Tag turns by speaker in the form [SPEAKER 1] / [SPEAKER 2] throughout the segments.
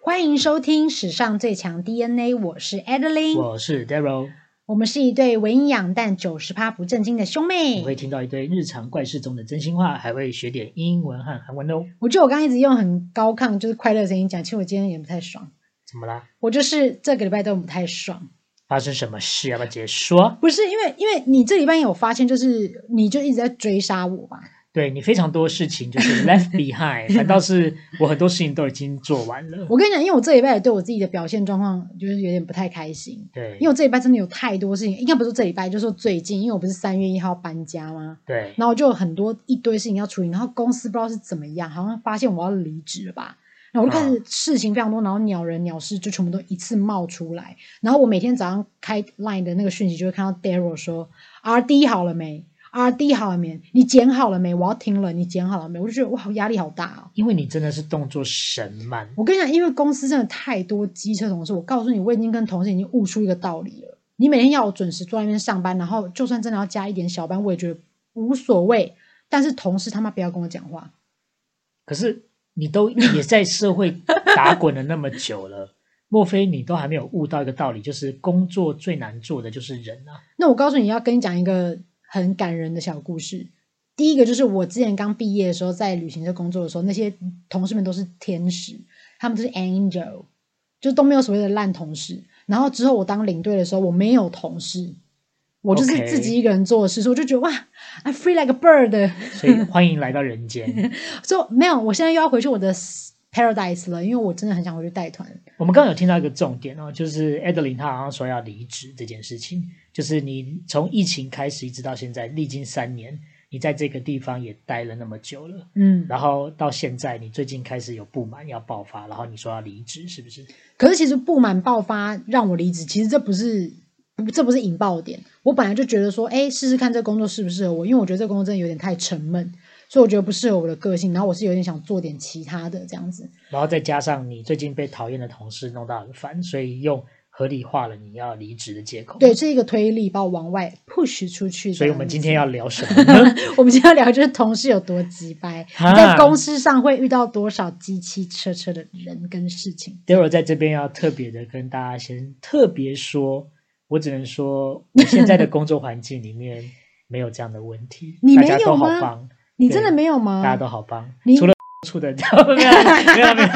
[SPEAKER 1] 欢迎收听史上最强 DNA，我是 Adeline，
[SPEAKER 2] 我是 Daryl，
[SPEAKER 1] 我们是一对为营养但九十趴不正经的兄
[SPEAKER 2] 你会
[SPEAKER 1] 妹。
[SPEAKER 2] 听到一堆日常怪事中的真心话，还会学点英文和韩文哦。
[SPEAKER 1] 我觉得我刚刚一直用很高亢，就是快乐的声音讲，其实我今天也不太爽，
[SPEAKER 2] 怎么啦？
[SPEAKER 1] 我就是这个礼拜都不太爽。
[SPEAKER 2] 发生什么事？要不要直接说？
[SPEAKER 1] 不是因为，因为你这礼拜有发现，就是你就一直在追杀我吧？
[SPEAKER 2] 对你非常多事情就是 left behind，反倒 是我很多事情都已经做完了。
[SPEAKER 1] 我跟你讲，因为我这礼拜也对我自己的表现状况就是有点不太开心，
[SPEAKER 2] 对
[SPEAKER 1] 因为我这礼拜真的有太多事情，应该不是这礼拜，就是说最近，因为我不是三月一号搬家吗？
[SPEAKER 2] 对，
[SPEAKER 1] 然后我就有很多一堆事情要处理，然后公司不知道是怎么样，好像发现我要离职了吧。然后我就开始事情非常多，然后鸟人鸟事就全部都一次冒出来。然后我每天早上开 Line 的那个讯息，就会看到 Daryl 说 RD 好了没？RD 好了没？你剪好了没？我要听了，你剪好了没？我就觉得哇，压力好大哦。
[SPEAKER 2] 因为你真的是动作神慢，
[SPEAKER 1] 我跟你讲，因为公司真的太多机车同事，我告诉你，我已经跟同事已经悟出一个道理了：你每天要我准时坐在那边上班，然后就算真的要加一点小班，我也觉得无所谓。但是同事他妈不要跟我讲话，
[SPEAKER 2] 可是你都也在社会打滚了那么久了， 莫非你都还没有悟到一个道理，就是工作最难做的就是人啊？
[SPEAKER 1] 那我告诉你要跟你讲一个很感人的小故事。第一个就是我之前刚毕业的时候，在旅行社工作的时候，那些同事们都是天使，他们都是 angel，就都没有所谓的烂同事。然后之后我当领队的时候，我没有同事，我就是
[SPEAKER 2] OK
[SPEAKER 1] 自己一个人做事所以我就觉得哇，I free like a bird。
[SPEAKER 2] 所以欢迎来到人间。
[SPEAKER 1] 所以没有，我现在又要回去我的 paradise 了，因为我真的很想回去带团。
[SPEAKER 2] 我们刚刚有听到一个重点哦，就是 Adeline 她好像说要离职这件事情，就是你从疫情开始一直到现在，历经三年，你在这个地方也待了那么久了，
[SPEAKER 1] 嗯，
[SPEAKER 2] 然后到现在你最近开始有不满要爆发，然后你说要离职，是不是？
[SPEAKER 1] 可是其实不满爆发让我离职，其实这不是不这不是引爆点。我本来就觉得说，哎，试试看这工作适不适合我，因为我觉得这工作真的有点太沉闷，所以我觉得不适合我的个性。然后我是有点想做点其他的这样子。
[SPEAKER 2] 然后再加上你最近被讨厌的同事弄到很烦，所以用合理化了你要离职的借口。
[SPEAKER 1] 对，，这一个推力把我往外 push 出去。
[SPEAKER 2] 所以我们今天要
[SPEAKER 1] 这样
[SPEAKER 2] 聊什么呢？
[SPEAKER 1] 子，我们今天要聊就是同事有多鸡掰，
[SPEAKER 2] 啊
[SPEAKER 1] 你在公司上会遇到多少机器车车的人跟事情。
[SPEAKER 2] d a r y l 在这边要特别的跟大家先特别说，我只能说，我现在的工作环境里面没有这样的问题，
[SPEAKER 1] 你没
[SPEAKER 2] 大家
[SPEAKER 1] 有
[SPEAKER 2] 都好
[SPEAKER 1] 吗
[SPEAKER 2] 棒，
[SPEAKER 1] 你
[SPEAKER 2] 对
[SPEAKER 1] 真的没有吗？
[SPEAKER 2] 大家都好棒
[SPEAKER 1] 你，
[SPEAKER 2] 除了处的没有没有没有，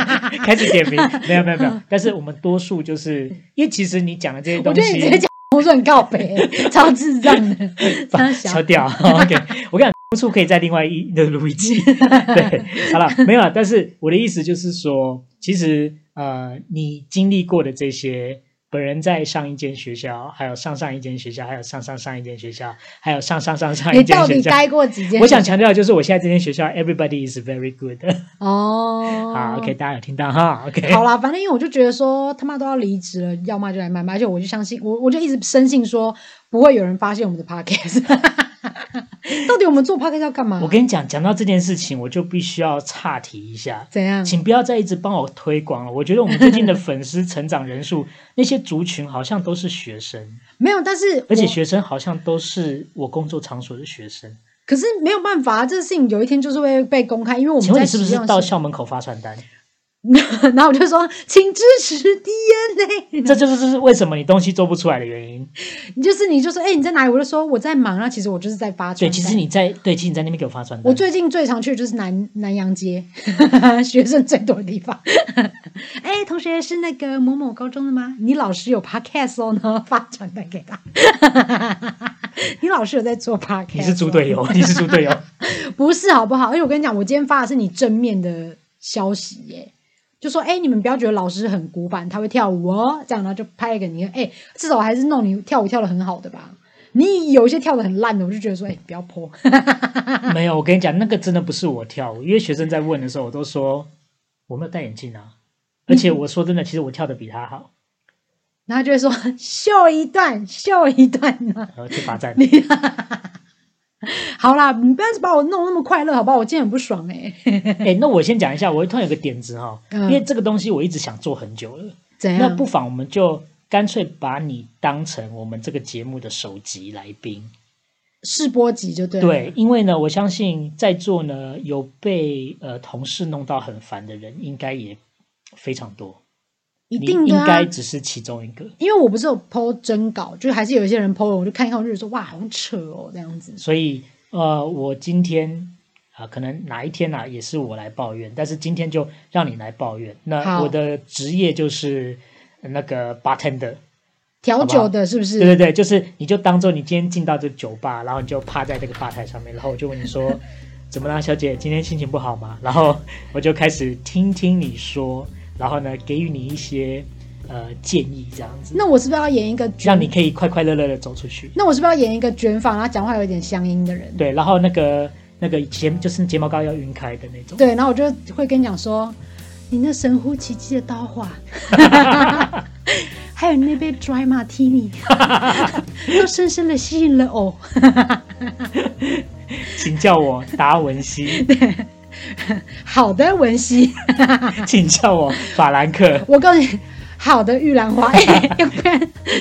[SPEAKER 2] 开始点名，没有没有没有，但是我们多数就是因为其实你讲的这些
[SPEAKER 1] 我
[SPEAKER 2] 东
[SPEAKER 1] 觉得你直接
[SPEAKER 2] 西，
[SPEAKER 1] 讲我是很告 白，超智障的，超小
[SPEAKER 2] 敲。掉 ，OK，我跟你讲。多数可以在另外一的录 一集，对，好了，没有了。但是我的意思就是说，其实呃，你经历过的这些，本人在上一间学校，还有上上一间学校，还有上上上一间学校，还有上上上 上
[SPEAKER 1] 你
[SPEAKER 2] 一间
[SPEAKER 1] 到
[SPEAKER 2] 学
[SPEAKER 1] 底
[SPEAKER 2] 校。
[SPEAKER 1] 待过几间？
[SPEAKER 2] 我想强调的就是，我现在这间学校，everybody is very good。
[SPEAKER 1] 哦，
[SPEAKER 2] 好，OK，大家有听到哈？OK，
[SPEAKER 1] 好啦，反正因为我就觉得说他妈都要离职了，要么就来买卖，而且我就相信我，我就一直深信说不会有人发现我们的 podcast。到底我们做 podcast 要干嘛？
[SPEAKER 2] 我跟你讲，讲到这件事情，我就必须要岔题一下，
[SPEAKER 1] 怎样？
[SPEAKER 2] 请不要再一直帮我推广了。我觉得我们最近的粉丝成长人 数，那些族群好像都是学生，
[SPEAKER 1] 没有，但是
[SPEAKER 2] 而且
[SPEAKER 1] 我
[SPEAKER 2] 学生好像都是我工作场所的学生。
[SPEAKER 1] 可是没有办法，这个事情有一天就是会被公开，因为我们
[SPEAKER 2] 请问
[SPEAKER 1] 在
[SPEAKER 2] 你是不
[SPEAKER 1] 使用
[SPEAKER 2] 是到
[SPEAKER 1] 性
[SPEAKER 2] 校门口发传单？
[SPEAKER 1] 然后我就说，请支持 DNA。
[SPEAKER 2] 这就是就是为什么你东西做不出来的原因。
[SPEAKER 1] 你 就是你就说，哎、你在哪里？我就说我在忙啊，其实我就是在发
[SPEAKER 2] 对，
[SPEAKER 1] 传单。
[SPEAKER 2] 其实你在对，其实你在那边给我发传单。
[SPEAKER 1] 我最近最常去的就是南南洋街， 学生最多的地方。 哎、同学是那个某某高中的吗？你老师有 podcast 哦， 然后发传单给他。你老师有在做 podcast？
[SPEAKER 2] 你是猪队
[SPEAKER 1] 友？
[SPEAKER 2] 友，你是猪队友。
[SPEAKER 1] 不是好不好？而哎且我跟你讲，我今天发的是你正面的消息耶。就说哎、你们不要觉得老师很古板，他会跳舞哦，这样，然后就拍一个你，哎、至少还是弄你跳舞跳的很好的吧。你有一些跳的很烂的，我就觉得说，哎、不要泼。
[SPEAKER 2] 没有，我跟你讲，那个真的不是我跳舞，因为学生在问的时候，我都说我没有戴眼镜啊，而且我说真的，其实我跳的比他好，
[SPEAKER 1] 然后就会说 秀一段，秀一段呢、
[SPEAKER 2] 然后呃去罚站。
[SPEAKER 1] 好啦，你不要把我弄那么快乐，好不好？我今天很不爽哎、
[SPEAKER 2] 哎、那我先讲一下，我突然有个点子哈、
[SPEAKER 1] 嗯
[SPEAKER 2] 因为这个东西我一直想做很久了，
[SPEAKER 1] 怎
[SPEAKER 2] 那
[SPEAKER 1] 样？
[SPEAKER 2] 不妨我们就干脆把你当成我们这个节目的首集来宾。
[SPEAKER 1] 试播集就对了
[SPEAKER 2] 对，因为呢，我相信在座呢有被呃同事弄到很烦的人，应该也非常多。
[SPEAKER 1] 一定
[SPEAKER 2] 你
[SPEAKER 1] 的、
[SPEAKER 2] 应
[SPEAKER 1] 啊
[SPEAKER 2] 该。只是其中一个，
[SPEAKER 1] 因为我不是有 PO 征稿，就还是有一些人 PO 了，我就看一看，我就觉得说哇，好扯哦，这样子。
[SPEAKER 2] 所以呃，我今天啊、可能哪一天啊，也是我来抱怨，但是今天就让你来抱怨。那
[SPEAKER 1] 好
[SPEAKER 2] 我的职业就是呃那个 bartender，
[SPEAKER 1] 调
[SPEAKER 2] 好不好
[SPEAKER 1] 酒的是不是？
[SPEAKER 2] 对对对，就是你就当做你今天进到这个酒吧，然后你就趴在这个吧台上面，然后我就问你说，怎么啦，小姐，今天心情不好吗？然后我就开始听听你说，然后呢，给予你一些呃建议，这样子，
[SPEAKER 1] 那我是不是要演一个卷
[SPEAKER 2] 让你可以快快乐乐的走出去。
[SPEAKER 1] 那我是不是要演一个卷发，然后讲话有点乡音的人？
[SPEAKER 2] 对，然后那个那个睫就是睫毛膏要晕开的那 种。
[SPEAKER 1] 对，然后我就会跟你讲说，你那神乎其技的刀 法，还有你那杯 dry martini，都深深的吸引了我。
[SPEAKER 2] 请叫我达文西，
[SPEAKER 1] 好的，文熙，
[SPEAKER 2] 请叫我法兰克。
[SPEAKER 1] 我告诉你。好的玉兰花，哎、要不然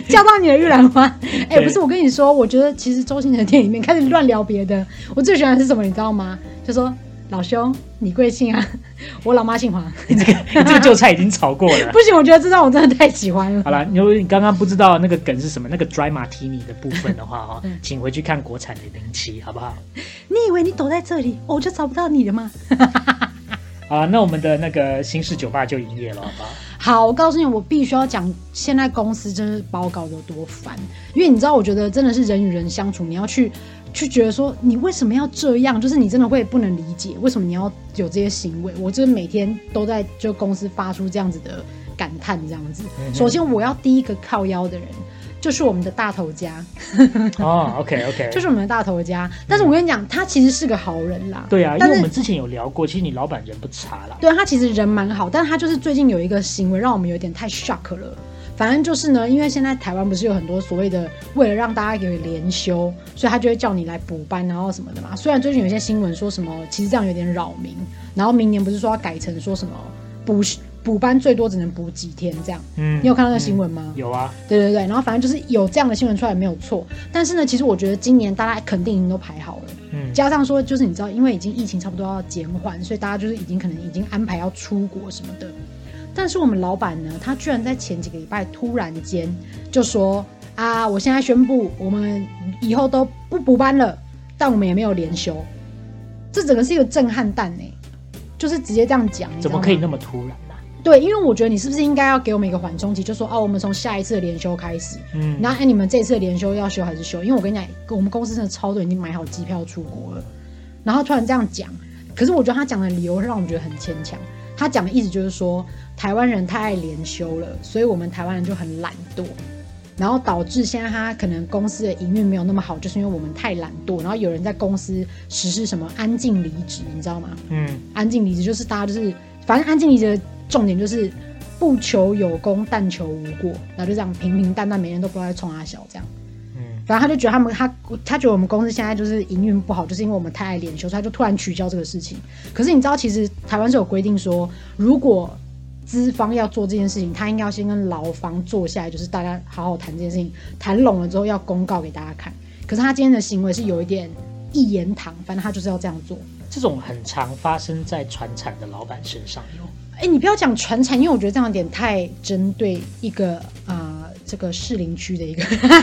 [SPEAKER 1] 叫到你的玉兰花，哎、
[SPEAKER 2] 对
[SPEAKER 1] 不是，我跟你说，我觉得其实周星驰的电影里面开始乱聊别的，我最喜欢的是什么，你知道吗？就说老兄，你贵姓啊？我老妈姓 黄，
[SPEAKER 2] 你这个你这个旧菜已经炒过了。
[SPEAKER 1] 不行，我觉得这段我真的太喜欢了
[SPEAKER 2] 好。了，如果你刚刚不知道那个梗是什么，那个 dry martini 的部分 的话哦，
[SPEAKER 1] 嗯
[SPEAKER 2] 请回去看国产的零七，好不好？
[SPEAKER 1] 你以为你躲在这里，我就找不到你了吗？
[SPEAKER 2] 好啊啦那我们的那个新式酒吧就营业了，好 不好？
[SPEAKER 1] 好，我告诉你，我必须要讲，现在公司真是包搞有多烦，因为你知道，我觉得真的是人与人相处，你要去去觉得说，你为什么要这样？就是你真的会不能理解，为什么你要有这些行为？我就是每天都在就公司发出这样子的感叹，这样子。
[SPEAKER 2] 嗯哼
[SPEAKER 1] 首先，我要第一个靠腰的人。就是我们的大头家，
[SPEAKER 2] 哦，OK OK，
[SPEAKER 1] 就是我们的大头家。但是我跟你讲，他其实是个好人啦。
[SPEAKER 2] 对啊，因
[SPEAKER 1] 但
[SPEAKER 2] 为
[SPEAKER 1] 是
[SPEAKER 2] 我们之前有聊过，其实你老板人不差啦。
[SPEAKER 1] 对他其实人蛮好，但他就是最近有一个行为让我们有点太 shock 了。反正就是呢，因为现在台湾不是有很多所谓的为了让大家有连休，所以他就会叫你来补班，然后什么的嘛。虽然最近有些新闻说什么，其实这样有点扰民，然后明年不是说要改成说什么补补班最多只能补几天这样。
[SPEAKER 2] 嗯
[SPEAKER 1] 你有看到那个新
[SPEAKER 2] 嗯
[SPEAKER 1] 闻吗？
[SPEAKER 2] 有啊，
[SPEAKER 1] 对对对，然后反正就是有这样的新闻出来没有错，但是呢，其实我觉得今年大家肯定已经都排好了，
[SPEAKER 2] 嗯
[SPEAKER 1] 加上说，就是你知道，因为已经疫情差不多要减缓，所以大家就是已经可能已经安排要出国什么的。但是我们老板呢，他居然在前几个礼拜突然间就说啊，我现在宣布，我们以后都不补班了，但我们也没有连休，这整个是一个震撼弹呢、就是直接这样讲，你知
[SPEAKER 2] 怎
[SPEAKER 1] 道
[SPEAKER 2] 么
[SPEAKER 1] 吗
[SPEAKER 2] 可以那么突然呢、
[SPEAKER 1] 对？因为我觉得你是不是应该要给我们一个缓冲期，就说哦、我们从下一次的连休开始，
[SPEAKER 2] 嗯，
[SPEAKER 1] 那哎，你们这次的连休要休还是休？因为我跟你讲，我们公司真的超多人已经买好机票出国了，然后突然这样讲，可是我觉得他讲的理由让我们觉得很牵强。他讲的意思就是说，台湾人太爱连休了，所以我们台湾人就很懒惰，然后导致现在他可能公司的营运没有那么好，就是因为我们太懒惰，然后有人在公司实施什么安静离职，你知道吗？
[SPEAKER 2] 嗯
[SPEAKER 1] 安静离职就是大家就是，反正安静离职的重点就是不求有功，但求无过，然后就这样平平淡淡，每天都不知道在冲他笑这样。
[SPEAKER 2] 嗯，
[SPEAKER 1] 反正他就觉得他们他他觉得我们公司现在就是营运不好，就是因为我们太爱连休，所以他就突然取消这个事情。可是你知道，其实台湾是有规定说，如果资方要做这件事情，他应该要先跟劳方坐下来，就是大家好好谈这件事情，谈拢了之后要公告给大家看。可是他今天的行为是有一点一言堂，反正他就是要这样做。
[SPEAKER 2] 这种很常发生在船产的老板身上有。
[SPEAKER 1] 哎，你不要讲传产，因为我觉得这样有点太针对一个啊、呃这个士林区的一个，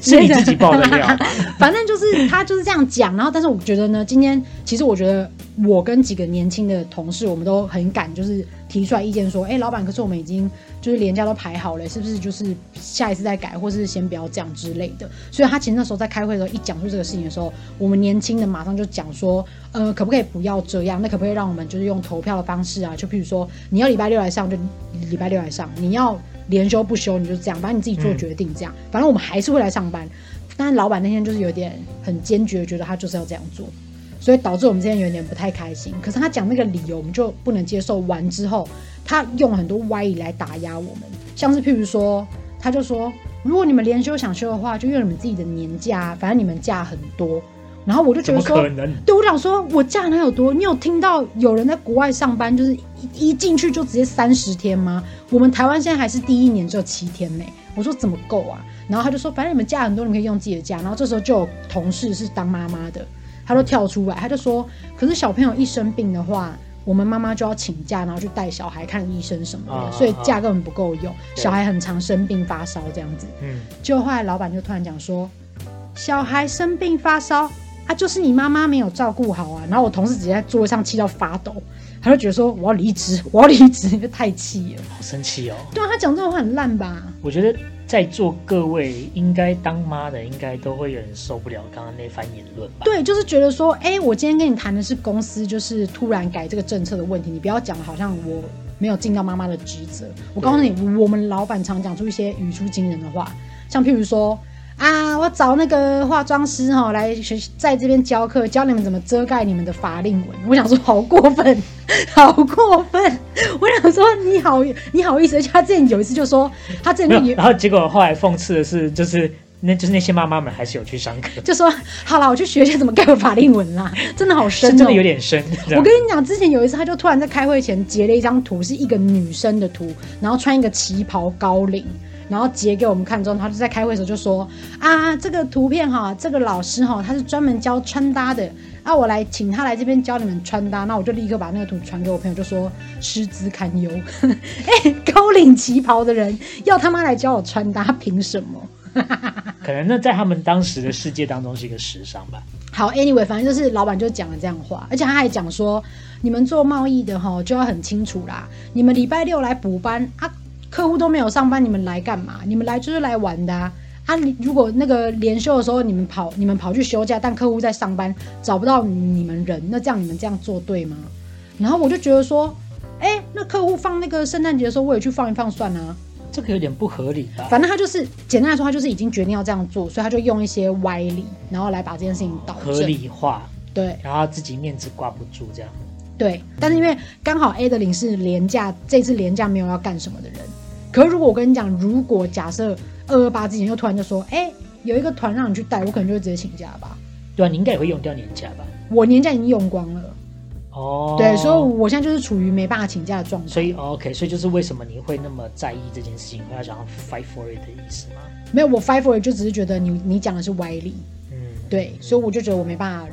[SPEAKER 2] 是你自己爆的料吧。
[SPEAKER 1] 反正就是他就是这样讲，然后但是我觉得呢，今天其实我觉得我跟几个年轻的同事，我们都很敢就是提出来意见说，哎，老板，可是我们已经就是连假都排好了，是不是就是下一次再改，或是先不要这样之类的。所以他其实那时候在开会的时候一讲出这个事情的时候，我们年轻的马上就讲说，呃，可不可以不要这样？那可不可以让我们就是用投票的方式啊？就譬如说，你要礼拜六来上就礼拜六来上，你要连休不休你就这样，反正你自己做决定这样。反正我们还是会来上班，但是老板那天就是有点很坚决，觉得他就是要这样做。所以导致我们之间有点不太开心。可是他讲那个理由，我们就不能接受。完之后，他用很多歪理来打压我们，像是譬如说，他就说，如果你们连休想休的话，就用你们自己的年假啊，反正你们假很多。然后我就觉
[SPEAKER 2] 怎
[SPEAKER 1] 得
[SPEAKER 2] 么
[SPEAKER 1] 说
[SPEAKER 2] 可，能？
[SPEAKER 1] 对我想说，我假能有多？你有听到有人在国外上班，就是一一进去就直接三十天吗？我们台湾现在还是第一年只有七天呢、我说怎么够啊？然后他就说，反正你们假很多，你们可以用自己的假。然后这时候就有同事是当妈妈的，他都跳出来，他就说，可是小朋友一生病的话。我们妈妈就要请假，然后去带小孩看医生什么的，
[SPEAKER 2] 啊
[SPEAKER 1] 所以
[SPEAKER 2] 啊
[SPEAKER 1] 假根本不够用。
[SPEAKER 2] 对
[SPEAKER 1] 小孩很常生病发烧这样子，
[SPEAKER 2] 嗯，
[SPEAKER 1] 就后来老板就突然讲说，小孩生病发烧啊，就是你妈妈没有照顾好啊。然后我同事直接在座位上气到发抖，他就觉得说我要离职，我要离职，因为太气了。
[SPEAKER 2] 好生气哦！
[SPEAKER 1] 对啊，他讲这种话很烂吧？
[SPEAKER 2] 我觉得在座各位应该当妈的，应该都会有人受不了刚刚那番言论吧？
[SPEAKER 1] 对，就是觉得说，哎、我今天跟你谈的是公司就是突然改这个政策的问题，你不要讲得好像我没有尽到妈妈的职责。我告诉你，我们老板常讲出一些语出惊人的话，像譬如说。啊！我找那个化妆师哈、来学，在这边教课，教你们怎么遮盖你们的法令纹。 我想说，好过分， 好过分！我想说，你好，你好意思？而且他之前有一次就说，他之前
[SPEAKER 2] 没
[SPEAKER 1] 就
[SPEAKER 2] 有，
[SPEAKER 1] 有
[SPEAKER 2] 然后结果后来讽刺的是，就是那就是那些妈妈们还是有去上课，
[SPEAKER 1] 就说，好了，我去学一下怎么盖法令纹啦，真的好深
[SPEAKER 2] 是
[SPEAKER 1] 哦，
[SPEAKER 2] 真的有点深。这样
[SPEAKER 1] 我跟你讲，之前有一次，他就突然在开会前截了一张图，是一个女生的图，然后穿一个旗袍高领，然后截给我们看之后，他就在开会的时候就说：“啊，这个图片哈，这个老师哈，他是专门教穿搭的，啊，我来请他来这边教你们穿搭。”那我就立刻把那个图传给我朋友，就说：“师资堪 忧，哎、高领旗袍的人要他妈来教我穿搭，凭什么？”
[SPEAKER 2] 可能那在他们当时的世界当中是一个时尚吧。
[SPEAKER 1] 好，anyway，反正就是老板就讲了这样的话，而且他还讲说，你们做贸易的哈就要很清楚啦，你们礼拜六来补班啊，客户都没有上班，你们来干嘛？你们来就是来玩的啊。啊，你如果那个连休的时候你们跑，你们跑去休假，但客户在上班，找不到你们人，那这样你们这样做对吗？然后我就觉得说，哎、那客户放那个圣诞节的时候，我也去放一放算啊。
[SPEAKER 2] 这个有点不合理吧？
[SPEAKER 1] 反正他就是简单来说，他就是已经决定要这样做，所以他就用一些歪理，然后来把这件事情导
[SPEAKER 2] 合
[SPEAKER 1] 正。
[SPEAKER 2] 理化，
[SPEAKER 1] 对，
[SPEAKER 2] 然后自己面子挂不住这样。
[SPEAKER 1] 对，但是因为刚好 A 的领是廉价，这次廉价没有要干什么的人。可是如果我跟你讲，如果假设二二八之前又突然就说，哎、有一个团让你去带，我可能就会直接请假吧。
[SPEAKER 2] 对啊，你应该也会用掉年假吧？
[SPEAKER 1] 我年假已经用光了，
[SPEAKER 2] 哦，
[SPEAKER 1] 对，所以我现在就是处于没办法请假的状态。
[SPEAKER 2] 所以 OK，所以就是为什么你会那么在意这件事情，会要想要 fight for it 的意思吗？
[SPEAKER 1] 没有我 five for it 就只是觉得你你讲的是歪理，
[SPEAKER 2] 嗯，
[SPEAKER 1] 对，所以我就觉得我没办法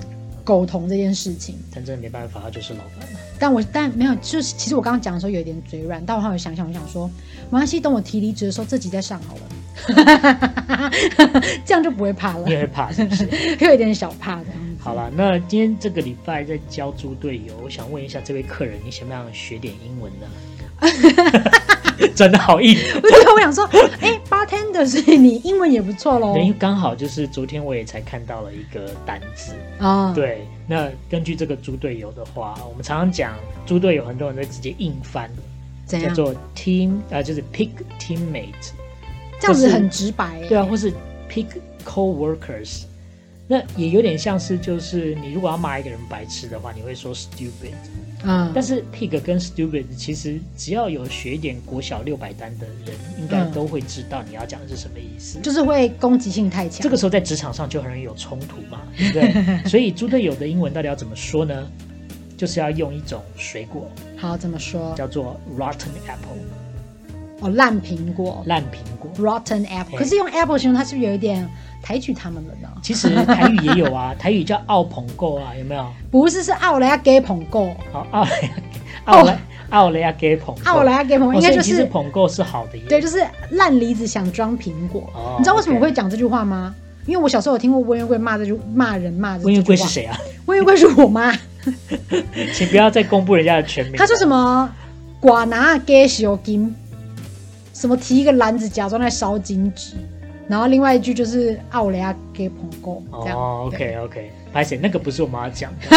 [SPEAKER 1] 苟同这件事情。
[SPEAKER 2] 但真的没办法，他就是老板。
[SPEAKER 1] 但我但没有，就是其实我刚刚讲的时候有一点嘴软，但我后来想想，我想说，没关系，等我提离职的时候，这集再上好了， 这样就不会怕了
[SPEAKER 2] 你，也会怕是不是？
[SPEAKER 1] 会有一点小怕这样子。
[SPEAKER 2] 好了，那今天这个礼拜在教猪队友，我想问一下这位客人，你想不想学点英文呢？ 真的好硬，
[SPEAKER 1] 我就我想说，哎、b a r t e n d e r 所以你英文也不错喽
[SPEAKER 2] 对，因为刚好就是昨天我也才看到了一个单字，
[SPEAKER 1] 啊，，
[SPEAKER 2] 对，那根据这个猪队友的话，我们常常讲猪队友，很多人都直接硬翻，
[SPEAKER 1] 怎
[SPEAKER 2] 叫
[SPEAKER 1] 样？
[SPEAKER 2] 做 team 啊、就是 pick teammate，
[SPEAKER 1] 这样子很直白、欸，
[SPEAKER 2] 对啊，或是 pick co-workers，那也有点像是就是你如果要骂一个人白痴的话，你会说 stupid，
[SPEAKER 1] 嗯，
[SPEAKER 2] 但是 pig 跟 stupid 其实只要有学一点国小六百单的人，应该
[SPEAKER 1] 嗯
[SPEAKER 2] 都会知道你要讲的是什么意思。
[SPEAKER 1] 就是会攻击性太强。
[SPEAKER 2] 这个时候在职场上就很容易有冲突嘛，对 不对？所以猪队友的英文到底要怎么说呢？就是要用一种水果
[SPEAKER 1] 好怎么说？
[SPEAKER 2] 叫做 rotten apple
[SPEAKER 1] 哦，烂苹果
[SPEAKER 2] 烂苹果。
[SPEAKER 1] ，rotten apple。
[SPEAKER 2] 嘿
[SPEAKER 1] 可是用 apple 形容它，是不是有一点抬举他们了呢？
[SPEAKER 2] 其实台语也有啊，台语叫奥捧购啊，有没有？
[SPEAKER 1] 不是，是奥莱亚给捧够，
[SPEAKER 2] 好，奥雷奥雷奥雷亚给捧购，
[SPEAKER 1] 哦奥莱亚给捧
[SPEAKER 2] 哦
[SPEAKER 1] 够，应该
[SPEAKER 2] 所以
[SPEAKER 1] 就
[SPEAKER 2] 其实
[SPEAKER 1] 是
[SPEAKER 2] 捧购是好的耶，
[SPEAKER 1] 对，就是烂梨子想装苹果。
[SPEAKER 2] 哦
[SPEAKER 1] 你知道为什么
[SPEAKER 2] OK
[SPEAKER 1] 会讲这句话吗？因为我小时候有听过温月桂骂这句骂人骂这句话。
[SPEAKER 2] 温玉贵是？ 谁啊？
[SPEAKER 1] 温月桂是我妈，
[SPEAKER 2] 请不要再公布人家的全名。
[SPEAKER 1] 她说什
[SPEAKER 2] 么？
[SPEAKER 1] 么“寡拿给小金”，什么提一个篮子假装在烧金纸，然后另外一句就是啊“奥雷亚给捧够”这样。
[SPEAKER 2] 哦
[SPEAKER 1] 对
[SPEAKER 2] ，OK OK，白姐，那个不是我们要讲 的。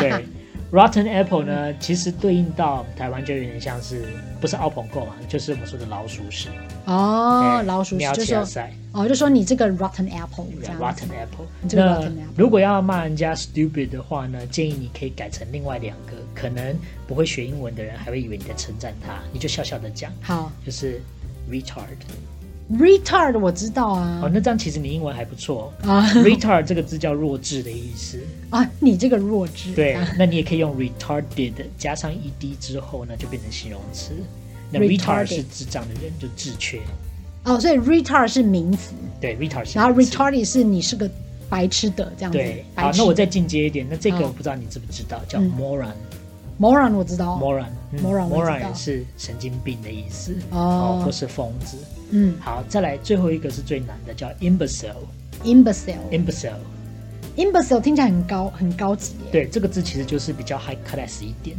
[SPEAKER 2] 对，Rotten Apple 呢，其实对应到台湾就有点像是不是奥捧购嘛，就是我们说的老鼠屎
[SPEAKER 1] 哦
[SPEAKER 2] 哎，
[SPEAKER 1] 老鼠
[SPEAKER 2] 喵
[SPEAKER 1] 屎就
[SPEAKER 2] 起来
[SPEAKER 1] 说
[SPEAKER 2] 塞
[SPEAKER 1] 哦，就说你这个 rotten apple 这样子。
[SPEAKER 2] ，Rotten Apple
[SPEAKER 1] 你。这个 rotten
[SPEAKER 2] 那
[SPEAKER 1] apple
[SPEAKER 2] 如果要骂人家 stupid 的话呢，建议你可以改成另外两个，可能不会学英文的人还会以为你在称赞他，你就笑笑的讲，
[SPEAKER 1] 好嗯
[SPEAKER 2] 就是 retard。
[SPEAKER 1] retard 我知道啊
[SPEAKER 2] 哦，那这样其实你英文还不错。哦
[SPEAKER 1] 啊
[SPEAKER 2] retard 这个字叫弱智的意思，
[SPEAKER 1] 啊！你这个弱智，啊
[SPEAKER 2] 对，那你也可以用 retarded 加上 ed 之后呢，就变成形容词。那 retard
[SPEAKER 1] Retarded
[SPEAKER 2] 是智障的人，就智缺。
[SPEAKER 1] 哦，所以 retard 是名词，
[SPEAKER 2] 对，retard 是
[SPEAKER 1] 然后
[SPEAKER 2] 名词
[SPEAKER 1] retarded 是你是个白痴的这样子
[SPEAKER 2] 对。，好
[SPEAKER 1] 白，痴。
[SPEAKER 2] 那我再进阶一点，那这个
[SPEAKER 1] 嗯
[SPEAKER 2] 我不知道你知不知道，叫
[SPEAKER 1] 嗯
[SPEAKER 2] moron。
[SPEAKER 1] moron 我知道，
[SPEAKER 2] moron 嗯
[SPEAKER 1] moron 我知
[SPEAKER 2] moron
[SPEAKER 1] 道
[SPEAKER 2] 也是神经病的意思，
[SPEAKER 1] 哦
[SPEAKER 2] 或是疯子。
[SPEAKER 1] 嗯
[SPEAKER 2] 好，再来最后一个是最难的，叫 imbecile。
[SPEAKER 1] ，imbecile，imbecile
[SPEAKER 2] imbecile，
[SPEAKER 1] 听起来很高很高级耶。
[SPEAKER 2] 对，这个字其实就是比较 high class 一点。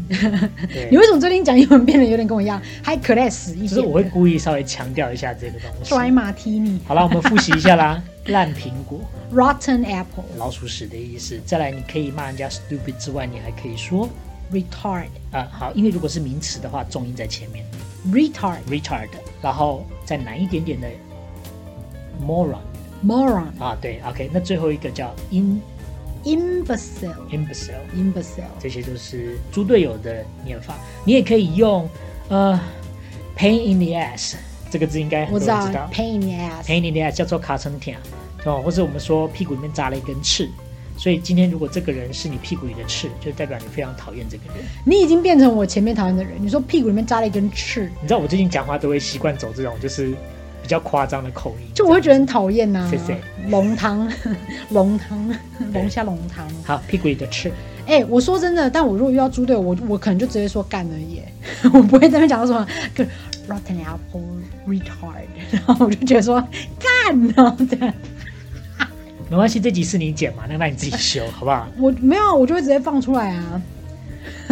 [SPEAKER 2] 对
[SPEAKER 1] 你，为什么最近讲英文变得有点跟我一样 high class 一
[SPEAKER 2] 就是
[SPEAKER 1] 点？
[SPEAKER 2] 我会故意稍微强调一下这个东西。
[SPEAKER 1] dry martini
[SPEAKER 2] 好了，我们复习一下啦。 烂苹果，
[SPEAKER 1] rotten apple
[SPEAKER 2] 老鼠屎的意思。再来，你可以骂人家 stupid 之外，你还可以说
[SPEAKER 1] retard
[SPEAKER 2] 啊、好，因为如果是名词的话，重音在前面
[SPEAKER 1] retard
[SPEAKER 2] ，retard，然后再难一点点的 moron
[SPEAKER 1] moron
[SPEAKER 2] 啊，对，OK，那最后一个叫 in
[SPEAKER 1] imbecile
[SPEAKER 2] imbecile，
[SPEAKER 1] imbecile
[SPEAKER 2] 这些都是猪队友的念法。你也可以用呃 pain in the ass 这个字，应该很
[SPEAKER 1] 我
[SPEAKER 2] 多
[SPEAKER 1] 知
[SPEAKER 2] 人
[SPEAKER 1] 道
[SPEAKER 2] 哎知道。
[SPEAKER 1] pain in the ass
[SPEAKER 2] pain in the ass 叫做卡成天，哦，或者我们说屁股里面扎了一根刺。所以今天如果这个人是你屁股里的刺，就代表你非常讨厌这个人。
[SPEAKER 1] 你已经变成我前面讨厌的人。你说屁股里面扎了一根刺，
[SPEAKER 2] 你知道我最近讲话都会习惯走这种就是比较夸张的口音，
[SPEAKER 1] 就我会觉得很讨厌呐
[SPEAKER 2] 谢谢。
[SPEAKER 1] 龙汤， 龙汤， 龙虾龙汤。
[SPEAKER 2] 好屁股里的刺。
[SPEAKER 1] 哎、我说真的，但我如果遇到猪队友，我我可能就直接说干而已，我不会在那边讲到什么跟 rotten apple retard，然后我就觉得说干呢，这样
[SPEAKER 2] 没关系，这集是你剪嘛，那那你自己修 好不好？
[SPEAKER 1] 我没有，我就会直接放出来啊。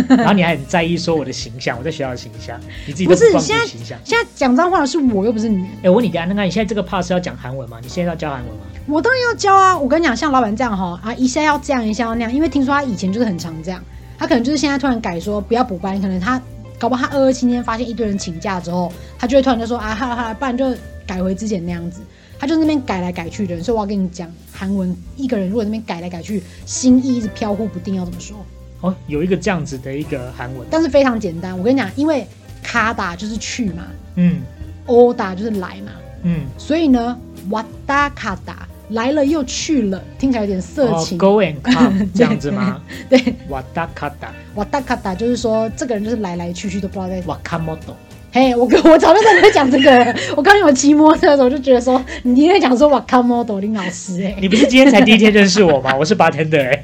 [SPEAKER 2] 然后你还很在意说我的形象，我在学校的形象，你自己都
[SPEAKER 1] 不是
[SPEAKER 2] 放自
[SPEAKER 1] 现在
[SPEAKER 2] 己的形象。
[SPEAKER 1] 现在讲脏话的是我，又不是你，
[SPEAKER 2] 哎、我问你，等一下，那个你现在这个 part 是要讲韩文吗？你现在要教韩文吗？
[SPEAKER 1] 我当然要教啊。我跟你讲，像老板这样哈啊，一下要这样，一下要那样，因为听说他以前就是很常这样，他可能就是现在突然改说不要补班，可能他搞不好他二二七天发现一堆人请假之后，他就会突然就说啊哈哈，不然就改回之前那样子。他就那边改来改去的，所以我要跟你讲，韩文一个人如果那边改来改去，心意一直飘忽不定，要怎么说？
[SPEAKER 2] 哦，有一个这样子的一个韩文，
[SPEAKER 1] 但是非常简单，我跟你讲，因为卡达就是去嘛，
[SPEAKER 2] 嗯
[SPEAKER 1] 欧达就是来嘛，
[SPEAKER 2] 嗯，
[SPEAKER 1] 所以呢，瓦达卡达来了又去了，听起来有点色
[SPEAKER 2] 哦
[SPEAKER 1] 情。
[SPEAKER 2] ，go and come 这样子吗？
[SPEAKER 1] 对，
[SPEAKER 2] 瓦达卡达，
[SPEAKER 1] 瓦达卡达就是说这个人就是来来去去都不知道在。
[SPEAKER 2] 瓦卡莫多，
[SPEAKER 1] 嘿，我跟 我早就在讲这个了，我刚刚有骑摩托车的时候就觉得说，你今天讲说瓦卡莫多林老师哎、
[SPEAKER 2] 你不是今天才第一天认识我吗？我是 bartender 哎、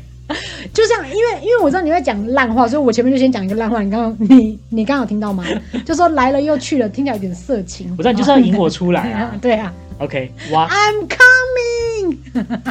[SPEAKER 1] 就这样，因为因为我知道你会讲烂话，所以我前面就先讲一个烂话。你刚刚你你刚刚有听到吗？就说来了又去了，听起来有点色情。。
[SPEAKER 2] 我知道你就是要引我出来啊
[SPEAKER 1] 对啊
[SPEAKER 2] OK，瓦
[SPEAKER 1] ，I'm coming，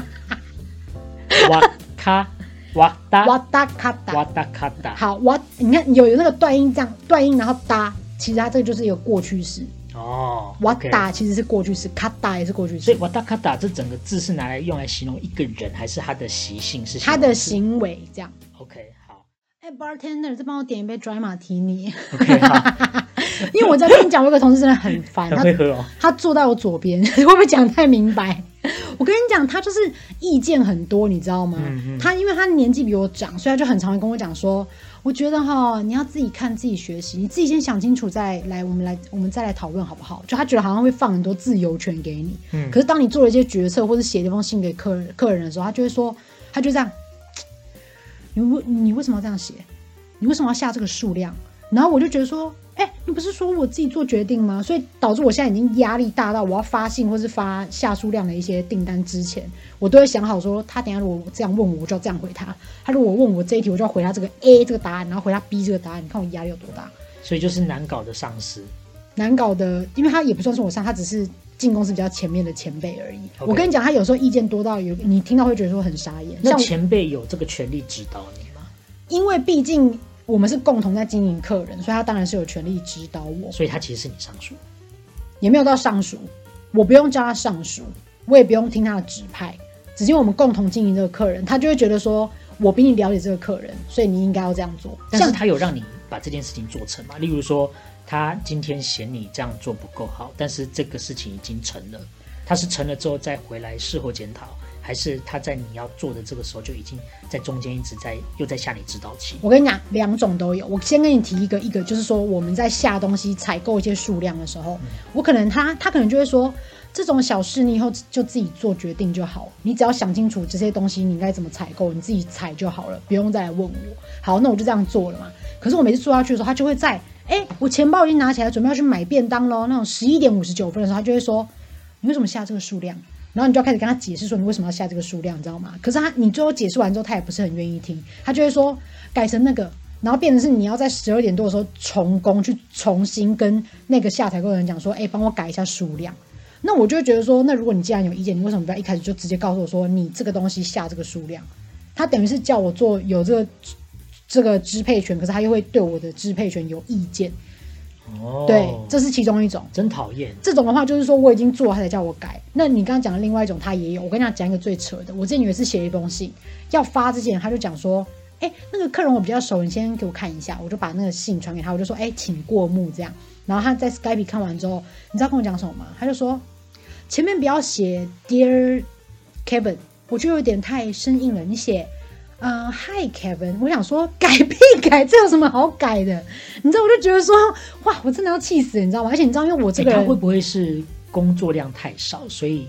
[SPEAKER 2] 瓦卡瓦达
[SPEAKER 1] 瓦达卡达
[SPEAKER 2] 瓦。达卡达，
[SPEAKER 1] 好，我你看有有那个断音这样断音，然后哒，其实它这个就是一个过去式。
[SPEAKER 2] 哦，
[SPEAKER 1] 哇
[SPEAKER 2] OK
[SPEAKER 1] 哒其实是过去式，咔哒也是过去
[SPEAKER 2] 所以
[SPEAKER 1] 式。
[SPEAKER 2] 瓦达卡达这整个字是拿来用来形容一个人，还是他的习性是形
[SPEAKER 1] 他
[SPEAKER 2] 容
[SPEAKER 1] 的
[SPEAKER 2] 字
[SPEAKER 1] 行为这样。
[SPEAKER 2] ？OK，好
[SPEAKER 1] 哎、b a r t e n d e r 再帮我点一杯 dry martini，
[SPEAKER 2] ，OK，好，
[SPEAKER 1] 因为我在跟你讲，我有个同事真的很烦，
[SPEAKER 2] 很
[SPEAKER 1] 他
[SPEAKER 2] 会喝哦。
[SPEAKER 1] 他坐在我左边， 会不会讲太明白？我跟你讲，他就是意见很多，你知道吗？
[SPEAKER 2] 嗯嗯
[SPEAKER 1] 他因为他年纪比我长，所以他就很常跟我讲说，我觉得哈，你要自己看自己学习，你自己先想清楚再来，我们来我们再来讨论好不好？就他觉得好像会放很多自由权给你，
[SPEAKER 2] 嗯
[SPEAKER 1] 可是当你做了一些决策或者写一封信给客人客人的时候，他就会说，他就这样，你为你为什么要这样写？你为什么要下这个数量？然后我就觉得说，哎、你不是说我自己做决定吗？所以导致我现在已经压力大到我要发信或是发下数量的一些订单之前，我都会想好说，他等一下如果这样问我，我就要这样回他；他如果问我这一题，我就要回他这个 A 这个答案，然后回他 B 这个答案。你看我压力有多大？
[SPEAKER 2] 所以就是难搞的上司。
[SPEAKER 1] 难搞的，因为他也不算是我上，他只是进公司比较前面的前辈而已。
[SPEAKER 2] OK
[SPEAKER 1] 我跟你讲，他有时候意见多到有你听到会觉得说很傻眼。
[SPEAKER 2] 那
[SPEAKER 1] 像我
[SPEAKER 2] 前辈有这个权利指导你吗？
[SPEAKER 1] 因为毕竟我们是共同在经营客人，所以他当然是有权利指导我。
[SPEAKER 2] 所以他其实是你上属。
[SPEAKER 1] 也没有到上属，我不用叫他上属，我也不用听他的指派，只是因为我们共同经营这个客人，他就会觉得说我比你了解这个客人，所以你应该要这样做。
[SPEAKER 2] 但是
[SPEAKER 1] 像
[SPEAKER 2] 他有让你把这件事情做成吗？例如说，他今天嫌你这样做不够好，但是这个事情已经成了，他是成了之后再回来事后检讨，还是他在你要做的这个时候就已经在中间一直在又在下你指导期？
[SPEAKER 1] 我跟你讲，两种都有。我先跟你提一个，一个就是说我们在下东西采购一些数量的时候，我可能他他可能就会说。这种小事你以后就自己做决定就好，你只要想清楚这些东西你应该怎么采购，你自己采就好了，不用再来问我。好，那我就这样做了嘛。可是我每次做下去的时候，他就会在，哎，我钱包已经拿起来准备要去买便当喽，那种十一点五十九分的时候，他就会说，你为什么下这个数量？然后你就要开始跟他解释说你为什么要下这个数量，你知道吗？可是他你最后解释完之后，他也不是很愿意听，他就会说改成那个，然后变成是你要在十二点多的时候重工去重新跟那个下采购的人讲说，哎，帮我改一下数量。那我就会觉得说，那如果你既然有意见，你为什么不要一开始就直接告诉我说你这个东西下这个数量？他等于是叫我做有这个这个支配权，可是他又会对我的支配权有意见。
[SPEAKER 2] 哦，
[SPEAKER 1] 对，这是其中一种。
[SPEAKER 2] 真讨厌。
[SPEAKER 1] 这种的话，就是说我已经做，他才叫我改。那你刚刚讲的另外一种，他也有。我跟你讲，讲一个最扯的。我之前有一次写一封信，要发之前，他就讲说：“哎、那个客人我比较熟，你先给我看一下。”我就把那个信传给他，我就说：“哎、请过目。”这样。然后他在 Skype 看完之后，你知道跟我讲什么吗？他就说：“前面不要写 Dear Kevin，我觉得有点太生硬了。你写，嗯、h i Kevin。”我想说，改屁改，这有什么好改的？你知道，我就觉得说，哇，我真的要气死，你知道吗？而且你知道，因为我这
[SPEAKER 2] 这
[SPEAKER 1] 个
[SPEAKER 2] 个
[SPEAKER 1] 人、
[SPEAKER 2] 哎他会不会是工作量太少，所以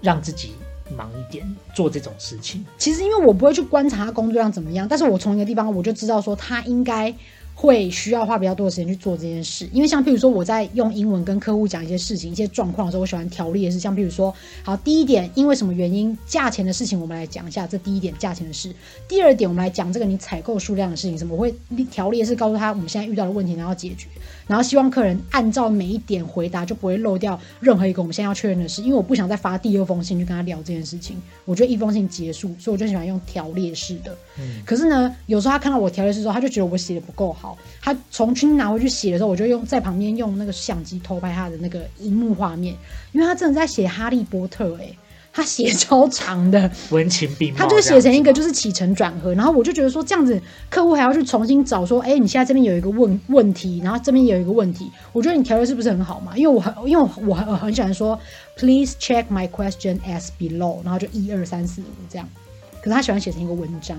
[SPEAKER 2] 让自己忙一点做这种事情？
[SPEAKER 1] 其实因为我不会去观察他工作量怎么样，但是我从一个地方我就知道说他应该会需要花比较多的时间去做这件事。因为像譬如说我在用英文跟客户讲一些事情、一些状况的时候，我喜欢条例的是像譬如说，好，第一点，因为什么原因，价钱的事情我们来讲一下，这第一点价钱的事。第二点，我们来讲这个你采购数量的事情，什么我会条例是告诉他我们现在遇到的问题，然后解决，然后希望客人按照每一点回答，就不会漏掉任何一个我们现在要确认的事，因为我不想再发第二封信去跟他聊这件事情，我觉得一封信结束，所以我就喜欢用条列式的。
[SPEAKER 2] 嗯，
[SPEAKER 1] 可是呢，有时候他看到我条列式之后，他就觉得我写的不够好。他从去拿回去写的时候，我就用在旁边用那个相机偷拍他的那个荧幕画面，因为他真的在写《哈利波特、欸》他写超长的，
[SPEAKER 2] 文情并茂这
[SPEAKER 1] 他
[SPEAKER 2] 样子
[SPEAKER 1] 就
[SPEAKER 2] 吗，
[SPEAKER 1] 写成一个就是起承转合，然后我就觉得说这样子，客户还要去重新找说，哎、你现在这边有一个问问题，然后这边有一个问题，我觉得你条约是不是很好嘛？因为我很因为我我很我很喜欢说，please check my question as below，然后就一二三四五这样，可是他喜欢写成一个文章，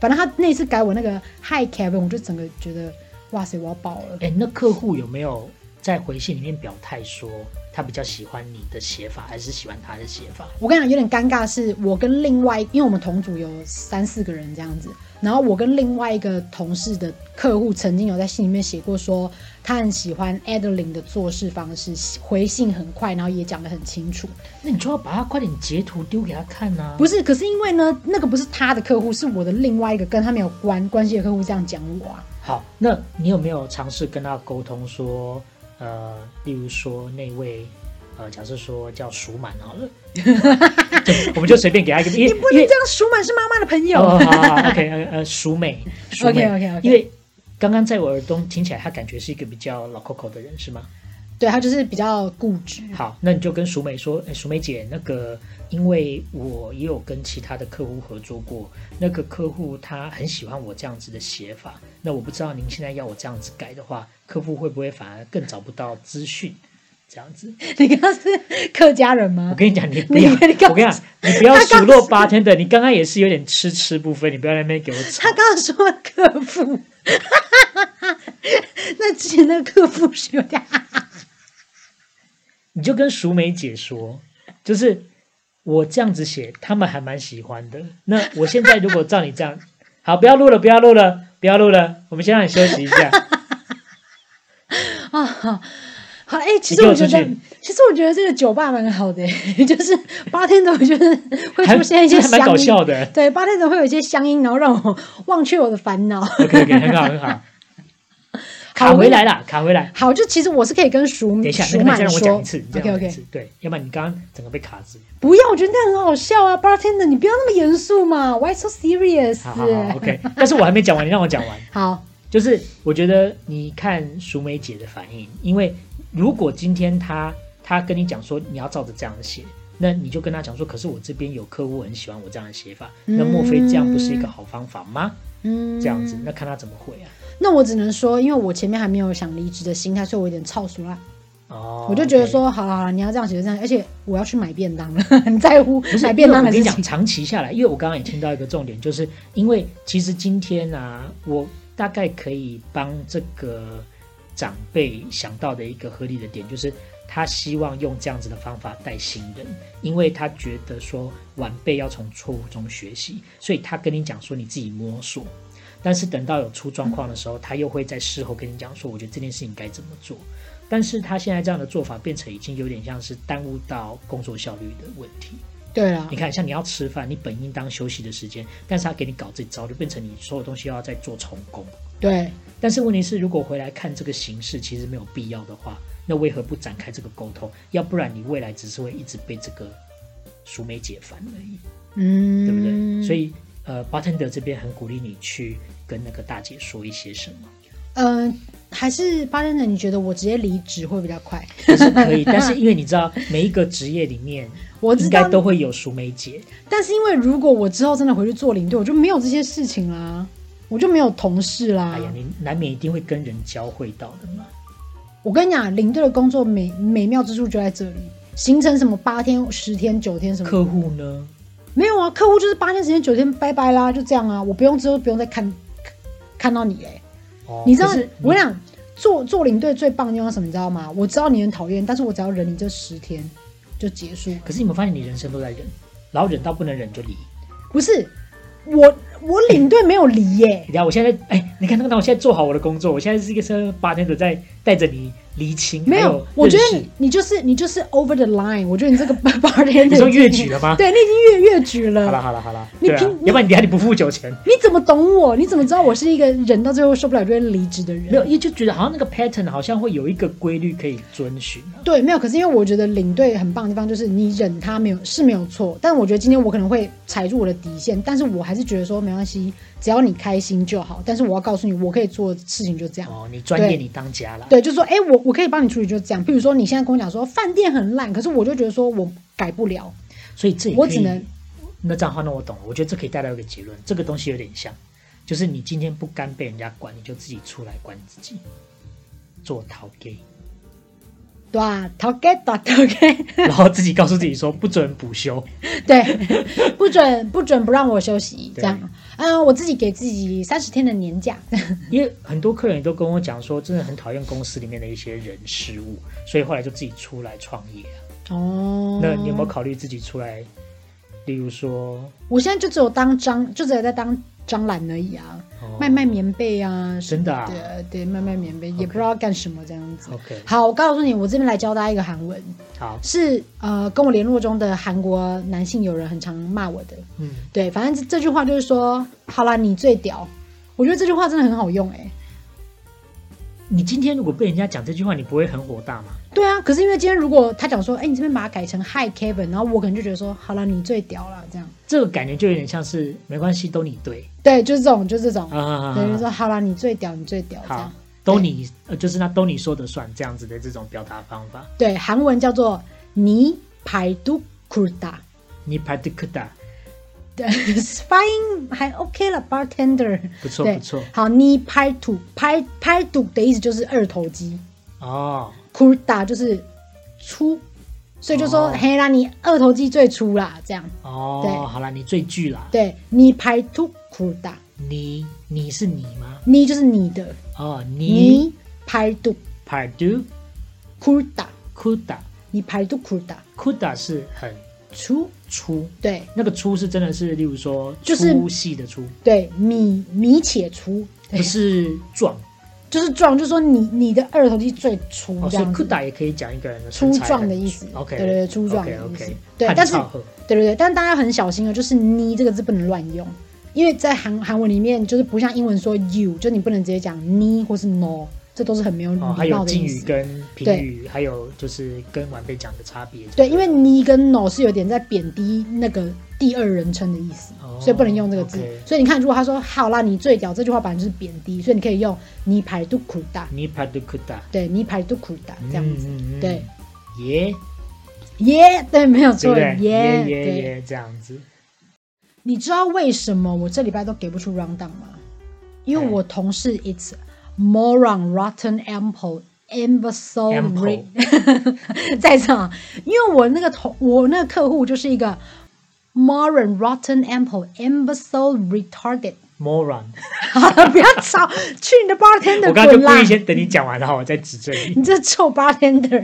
[SPEAKER 1] 反正他那次改我那个 hi Kevin，我就整个觉得哇塞，我要爆了。
[SPEAKER 2] 哎、那客户有没有在回信里面表态说他比较喜欢你的写法，还是喜欢他的写法？
[SPEAKER 1] 我跟你讲，有点尴尬的是，我跟另外，因为我们同组有三四个人这样子，然后我跟另外一个同事的客户曾经有在信里面写过说，他很喜欢 Adeline 的做事方式，回信很快，然后也讲得很清楚。
[SPEAKER 2] 那你就要把它快点截图丢给他看啊！
[SPEAKER 1] 不
[SPEAKER 2] 是，
[SPEAKER 1] 是，可是因为呢，那个不是他的客户，是我的另外一个跟他没有关关系的客户这样讲我啊。
[SPEAKER 2] 好，那你有没有尝试跟他沟通说，呃，例如说那位。呃，假设说叫熟满好了，对我们就随便给他一个，因为
[SPEAKER 1] 你不能这样，舒满是妈妈的朋友。
[SPEAKER 2] 哦，好好好，OK，呃呃，淑美，淑美
[SPEAKER 1] OK，OK，OK
[SPEAKER 2] 因为刚刚在我耳中听起来，她感觉是一个比较老 Coco 的人，是吗？
[SPEAKER 1] 对他就是比较固执。
[SPEAKER 2] 好，那你就跟淑美说，哎，淑美姐，那个，因为我也有跟其他的客户合作过，那个客户他很喜欢我这样子的写法，那我不知道您现在要我这样子改的话，客户会不会反而更找不到资讯？这样 子，
[SPEAKER 1] 你刚刚是客家人吗
[SPEAKER 2] 我？跟你讲，你不要，
[SPEAKER 1] 你
[SPEAKER 2] 我跟
[SPEAKER 1] 你
[SPEAKER 2] 你
[SPEAKER 1] 刚
[SPEAKER 2] 讲，你不要数落八天的，你刚刚也是有点吃吃不分，你不要在那边给我吵
[SPEAKER 1] 他。刚刚说客服， 那之前那个客服是有点，
[SPEAKER 2] 你就跟淑美姐说，就是我这样子写，他们还蛮喜欢的。那我现在如果照你这样，好，不要录了，不要录了，不要录了，我们先让你休息 一下。
[SPEAKER 1] 啊。好，哎、其实
[SPEAKER 2] 你给
[SPEAKER 1] 我
[SPEAKER 2] 我
[SPEAKER 1] 觉
[SPEAKER 2] 出
[SPEAKER 1] 得
[SPEAKER 2] 去，
[SPEAKER 1] 其实我觉得这个酒吧蛮好的、 就是八天的，我觉得会
[SPEAKER 2] 还
[SPEAKER 1] 出现一些
[SPEAKER 2] 这还蛮
[SPEAKER 1] 乡
[SPEAKER 2] 搞
[SPEAKER 1] 音
[SPEAKER 2] 笑的
[SPEAKER 1] 对，八天的会有一些乡音，然后让我忘却我的烦恼。
[SPEAKER 2] OK OK，很好很好，
[SPEAKER 1] 好
[SPEAKER 2] 卡回来啦，卡回来。
[SPEAKER 1] 好，就其实我是可以跟熟
[SPEAKER 2] 等一下，
[SPEAKER 1] 熟
[SPEAKER 2] 那个你
[SPEAKER 1] 满
[SPEAKER 2] 再让我讲
[SPEAKER 1] 说
[SPEAKER 2] 一次，你再
[SPEAKER 1] ，OK
[SPEAKER 2] 让我讲一
[SPEAKER 1] OK，
[SPEAKER 2] 次，对，要不然你刚刚整个被卡住。
[SPEAKER 1] 不要，我觉得那很好笑啊，bartender，你不要那么严肃嘛，Why so serious？
[SPEAKER 2] 好好好，OK，但是我还没讲完，你让我讲完。
[SPEAKER 1] 好
[SPEAKER 2] 就是我觉得你看淑美姐的反应，因为如果今天她她跟你讲说你要照着这样写，那你就跟她讲说，可是我这边有客户很喜欢我这样的写法，那莫非这样不是一个好方法吗？
[SPEAKER 1] 嗯，
[SPEAKER 2] 这样子，那看她怎么回啊。
[SPEAKER 1] 那我只能说，因为我前面还没有想离职的心态，所以我有点超俗啦。
[SPEAKER 2] 哦，
[SPEAKER 1] 我就觉得说，好了好了，你要这样写就这样，而且我要去买便当了， 很在乎
[SPEAKER 2] OK。不是
[SPEAKER 1] 买便当
[SPEAKER 2] 因
[SPEAKER 1] 的
[SPEAKER 2] 为我跟
[SPEAKER 1] 事
[SPEAKER 2] 你讲，
[SPEAKER 1] 情。
[SPEAKER 2] 长期下来，因为我刚刚也听到一个重点，就是因为其实今天啊，我大概可以帮这个长辈想到的一个合理的点，就是他希望用这样子的方法带新人，因为他觉得说晚辈要从错误中学习，所以他跟你讲说你自己摸索。但是等到有出状况的时候，他又会在事后跟你讲说，我觉得这件事情该怎么做。但是他现在这样的做法变成已经有点像是耽误到工作效率的问题。
[SPEAKER 1] 对啦
[SPEAKER 2] 你，看，像你要吃饭，你本应当休息的时间，但是他给你搞这招，就变成你所有东西要再做重工。
[SPEAKER 1] 对
[SPEAKER 2] 但是问题是，如果回来看这个形式，其实没有必要的话，那为何不展开这个沟通？要不然你未来只是会一直被这个熟美解烦而已，
[SPEAKER 1] 嗯，
[SPEAKER 2] 对不对？所以呃，bartender 这边很鼓励你去跟那个大姐说一些什 么，
[SPEAKER 1] 嗯、还是发生的，你觉得我直接离职会比较快？
[SPEAKER 2] 也是可以。但是因为你知道，每一个职业里面，
[SPEAKER 1] 我知
[SPEAKER 2] 应
[SPEAKER 1] 道
[SPEAKER 2] 该，都会有熟美姐，
[SPEAKER 1] 但是因为如果我之后真的回去做领队，我就没有这些事情啦，我就没有同事啦。
[SPEAKER 2] 哎呀，你难免一定会跟人交汇到的嘛。
[SPEAKER 1] 我跟你讲，领队的工作美美妙之处就在这里，行程什么八天、十天、九天什么的
[SPEAKER 2] 客户呢？
[SPEAKER 1] 没有啊，客户就是八天、十天、九天，拜拜啦，就这样啊，我不用之后不用再看看到你嘞、
[SPEAKER 2] 哦
[SPEAKER 1] 你知道
[SPEAKER 2] 可是，
[SPEAKER 1] 我跟你讲，做做领队最棒的地方是什么，你知道吗？我知道你很讨厌，但是我只要忍你这十天就结束。
[SPEAKER 2] 可是你有没有发现你人生都在忍，然后忍到不能忍就离。
[SPEAKER 1] 不是我，我领队没有离耶、
[SPEAKER 2] 你看，我现在哎、你看那个，那我现在做好我的工作，我现在是一个生八天的，在带着你厘清。
[SPEAKER 1] 没
[SPEAKER 2] 还
[SPEAKER 1] 有
[SPEAKER 2] 有，
[SPEAKER 1] 我觉得
[SPEAKER 2] 认识
[SPEAKER 1] 你你就是你就是 over the line，我觉得你这个 bartender
[SPEAKER 2] 你说越举了吗
[SPEAKER 1] 对，你已经越越举
[SPEAKER 2] 好了
[SPEAKER 1] 了。
[SPEAKER 2] 好了好了，
[SPEAKER 1] 你
[SPEAKER 2] 对啊
[SPEAKER 1] 平，
[SPEAKER 2] 要不然你还你不付酒钱，
[SPEAKER 1] 你怎么懂我？你怎么知道我是一个忍到最后受不了就会离职的
[SPEAKER 2] 没
[SPEAKER 1] 人？
[SPEAKER 2] 有，也就觉得好像那个 pattern 好像会有一个规律可以遵循啊、
[SPEAKER 1] 对，没有。可是因为我觉得领队很棒的地方就是你忍他没有是没有错，但我觉得今天我可能会踩住我的底线，但是我还是觉得说没关系，只要你开心就好。但是我要告诉你，我可以做的事情就这样。
[SPEAKER 2] 哦，你专业
[SPEAKER 1] 对
[SPEAKER 2] 你当家了，
[SPEAKER 1] 对，就说哎、诶我我可以帮你处理，就这样。比如说你现在跟我讲说饭店很烂，可是我就觉得说我改不了，
[SPEAKER 2] 所以这也
[SPEAKER 1] 我
[SPEAKER 2] 可
[SPEAKER 1] 只
[SPEAKER 2] 以
[SPEAKER 1] 能
[SPEAKER 2] 那这样的话，那我懂了。我觉得这可以带到一个结论，这个东西有点像，就是你今天不甘被人家管，你就自己出来管自己，做逃 gay，
[SPEAKER 1] 对啊，逃给打逃给，
[SPEAKER 2] 然后自己告诉自己说不准补休。
[SPEAKER 1] 对，不准不准不让我休息，
[SPEAKER 2] 对
[SPEAKER 1] 这样，嗯，我自己给自己三十天的年假，
[SPEAKER 2] 因为很多客人也都跟我讲说，真的很讨厌公司里面的一些人事物，所以后来就自己出来创业啊、
[SPEAKER 1] 哦，
[SPEAKER 2] 那你有没有？考虑自己出来？例如说，
[SPEAKER 1] 我现在就只有当张，就只有在当张兰而已啊，
[SPEAKER 2] 哦
[SPEAKER 1] 卖卖棉被啊，
[SPEAKER 2] 真的啊
[SPEAKER 1] 对对，卖卖棉被，也不知道干什么这样子。
[SPEAKER 2] OK，
[SPEAKER 1] 好，我告诉你，我这边来教大家一个韩文，
[SPEAKER 2] 好，
[SPEAKER 1] 是呃跟我联络中的韩国男性友人很常骂我的，
[SPEAKER 2] 嗯，
[SPEAKER 1] 对，反正这这句话就是说，好啦，你最屌，我觉得这句话真的很好用哎、
[SPEAKER 2] 你今天如果被人家讲这句话，你不会很火大吗？
[SPEAKER 1] 对啊，可是因为今天如果他讲说，哎、你这边把它改成 Hi Kevin，然后我可能就觉得说，好了，你最屌了，这样。
[SPEAKER 2] 这个感觉就有点像是没关系，都你对
[SPEAKER 1] 对，就是这种，就是这种，
[SPEAKER 2] 啊
[SPEAKER 1] 对，就是说，好了，你最屌，你最屌，这
[SPEAKER 2] 好
[SPEAKER 1] 样。，
[SPEAKER 2] 都你呃，就是那都你说的算这样子的这种表达方法。
[SPEAKER 1] 对，韩文叫做你排毒苦达，
[SPEAKER 2] 你拍的可大，
[SPEAKER 1] 对，发音还 OK 了，bartender。
[SPEAKER 2] 不错
[SPEAKER 1] 对，
[SPEAKER 2] 不错
[SPEAKER 1] 好，你排毒排排毒的意思就是二头肌，
[SPEAKER 2] 哦。
[SPEAKER 1] 苦达就是粗，所以就说，
[SPEAKER 2] 哦
[SPEAKER 1] 嘿啦，你二头肌最粗啦，这样。对
[SPEAKER 2] 哦，好啦，你最巨啦，
[SPEAKER 1] 对，你排毒苦达，
[SPEAKER 2] 你你是你吗？
[SPEAKER 1] 你就是你的，
[SPEAKER 2] 哦，你
[SPEAKER 1] 你排毒
[SPEAKER 2] Pardu
[SPEAKER 1] kurda，
[SPEAKER 2] Kuda
[SPEAKER 1] 你排毒 kurda
[SPEAKER 2] Kuda 是很
[SPEAKER 1] 出
[SPEAKER 2] 粗，
[SPEAKER 1] 对
[SPEAKER 2] 那个粗是真的是，例如说
[SPEAKER 1] 就是
[SPEAKER 2] 粗细的粗，
[SPEAKER 1] 对米米且粗，
[SPEAKER 2] 不是壮。
[SPEAKER 1] 就是壮，就是说你你的二头肌最粗
[SPEAKER 2] 哦，
[SPEAKER 1] 这
[SPEAKER 2] 所以
[SPEAKER 1] 样子。
[SPEAKER 2] Kuda 也可以讲一个人的身
[SPEAKER 1] 粗
[SPEAKER 2] 材
[SPEAKER 1] 壮
[SPEAKER 2] 很
[SPEAKER 1] 的意思
[SPEAKER 2] OK，
[SPEAKER 1] 对对对，粗壮的
[SPEAKER 2] OK
[SPEAKER 1] 意思
[SPEAKER 2] OK，
[SPEAKER 1] 对，但是
[SPEAKER 2] 汉朝
[SPEAKER 1] 对对对，但大家很小心哦，就是“你”这个字不能乱用，因为在韩韩文里面，就是不像英文说 “you”，就你不能直接讲“你”或是 “no”，这都是很没嗯有礼
[SPEAKER 2] 哦，还有
[SPEAKER 1] 貌的
[SPEAKER 2] 敬
[SPEAKER 1] 意
[SPEAKER 2] 语
[SPEAKER 1] 思。
[SPEAKER 2] 跟评
[SPEAKER 1] 对
[SPEAKER 2] 语，还有就是跟晚辈讲的差别。
[SPEAKER 1] 对，因为“你”跟 “no” 是有点在贬低那个第二人称的意思，
[SPEAKER 2] 哦
[SPEAKER 1] 所以不能用这个字。
[SPEAKER 2] OK
[SPEAKER 1] 所以你看，如果他说“好啦，你最屌”这句话，本来就是贬低，所以你可以用“你排度苦大
[SPEAKER 2] Ni Pardu Kuda ”，
[SPEAKER 1] 对，“你排度苦大”这样子。
[SPEAKER 2] 嗯
[SPEAKER 1] 对，
[SPEAKER 2] 耶，
[SPEAKER 1] 耶、对，没有
[SPEAKER 2] 对不
[SPEAKER 1] 错，耶
[SPEAKER 2] 对？耶耶
[SPEAKER 1] 对。
[SPEAKER 2] 耶，这样子。
[SPEAKER 1] 你知道为什么我这礼拜都给不出 round down 吗？因为
[SPEAKER 2] 哎
[SPEAKER 1] 我同事 it's moron rotten apple imbecile
[SPEAKER 2] Ample
[SPEAKER 1] re- 再次啊，因为我那个同我那个客户就是一个 moron rotten apple imbecile retarded。
[SPEAKER 2] Moron，
[SPEAKER 1] 好了，不要吵，去你的 bartender
[SPEAKER 2] 我刚刚就
[SPEAKER 1] 滚
[SPEAKER 2] 故
[SPEAKER 1] 啦
[SPEAKER 2] 意！先等你讲完，然后我再指正你。
[SPEAKER 1] 你这臭 bartender。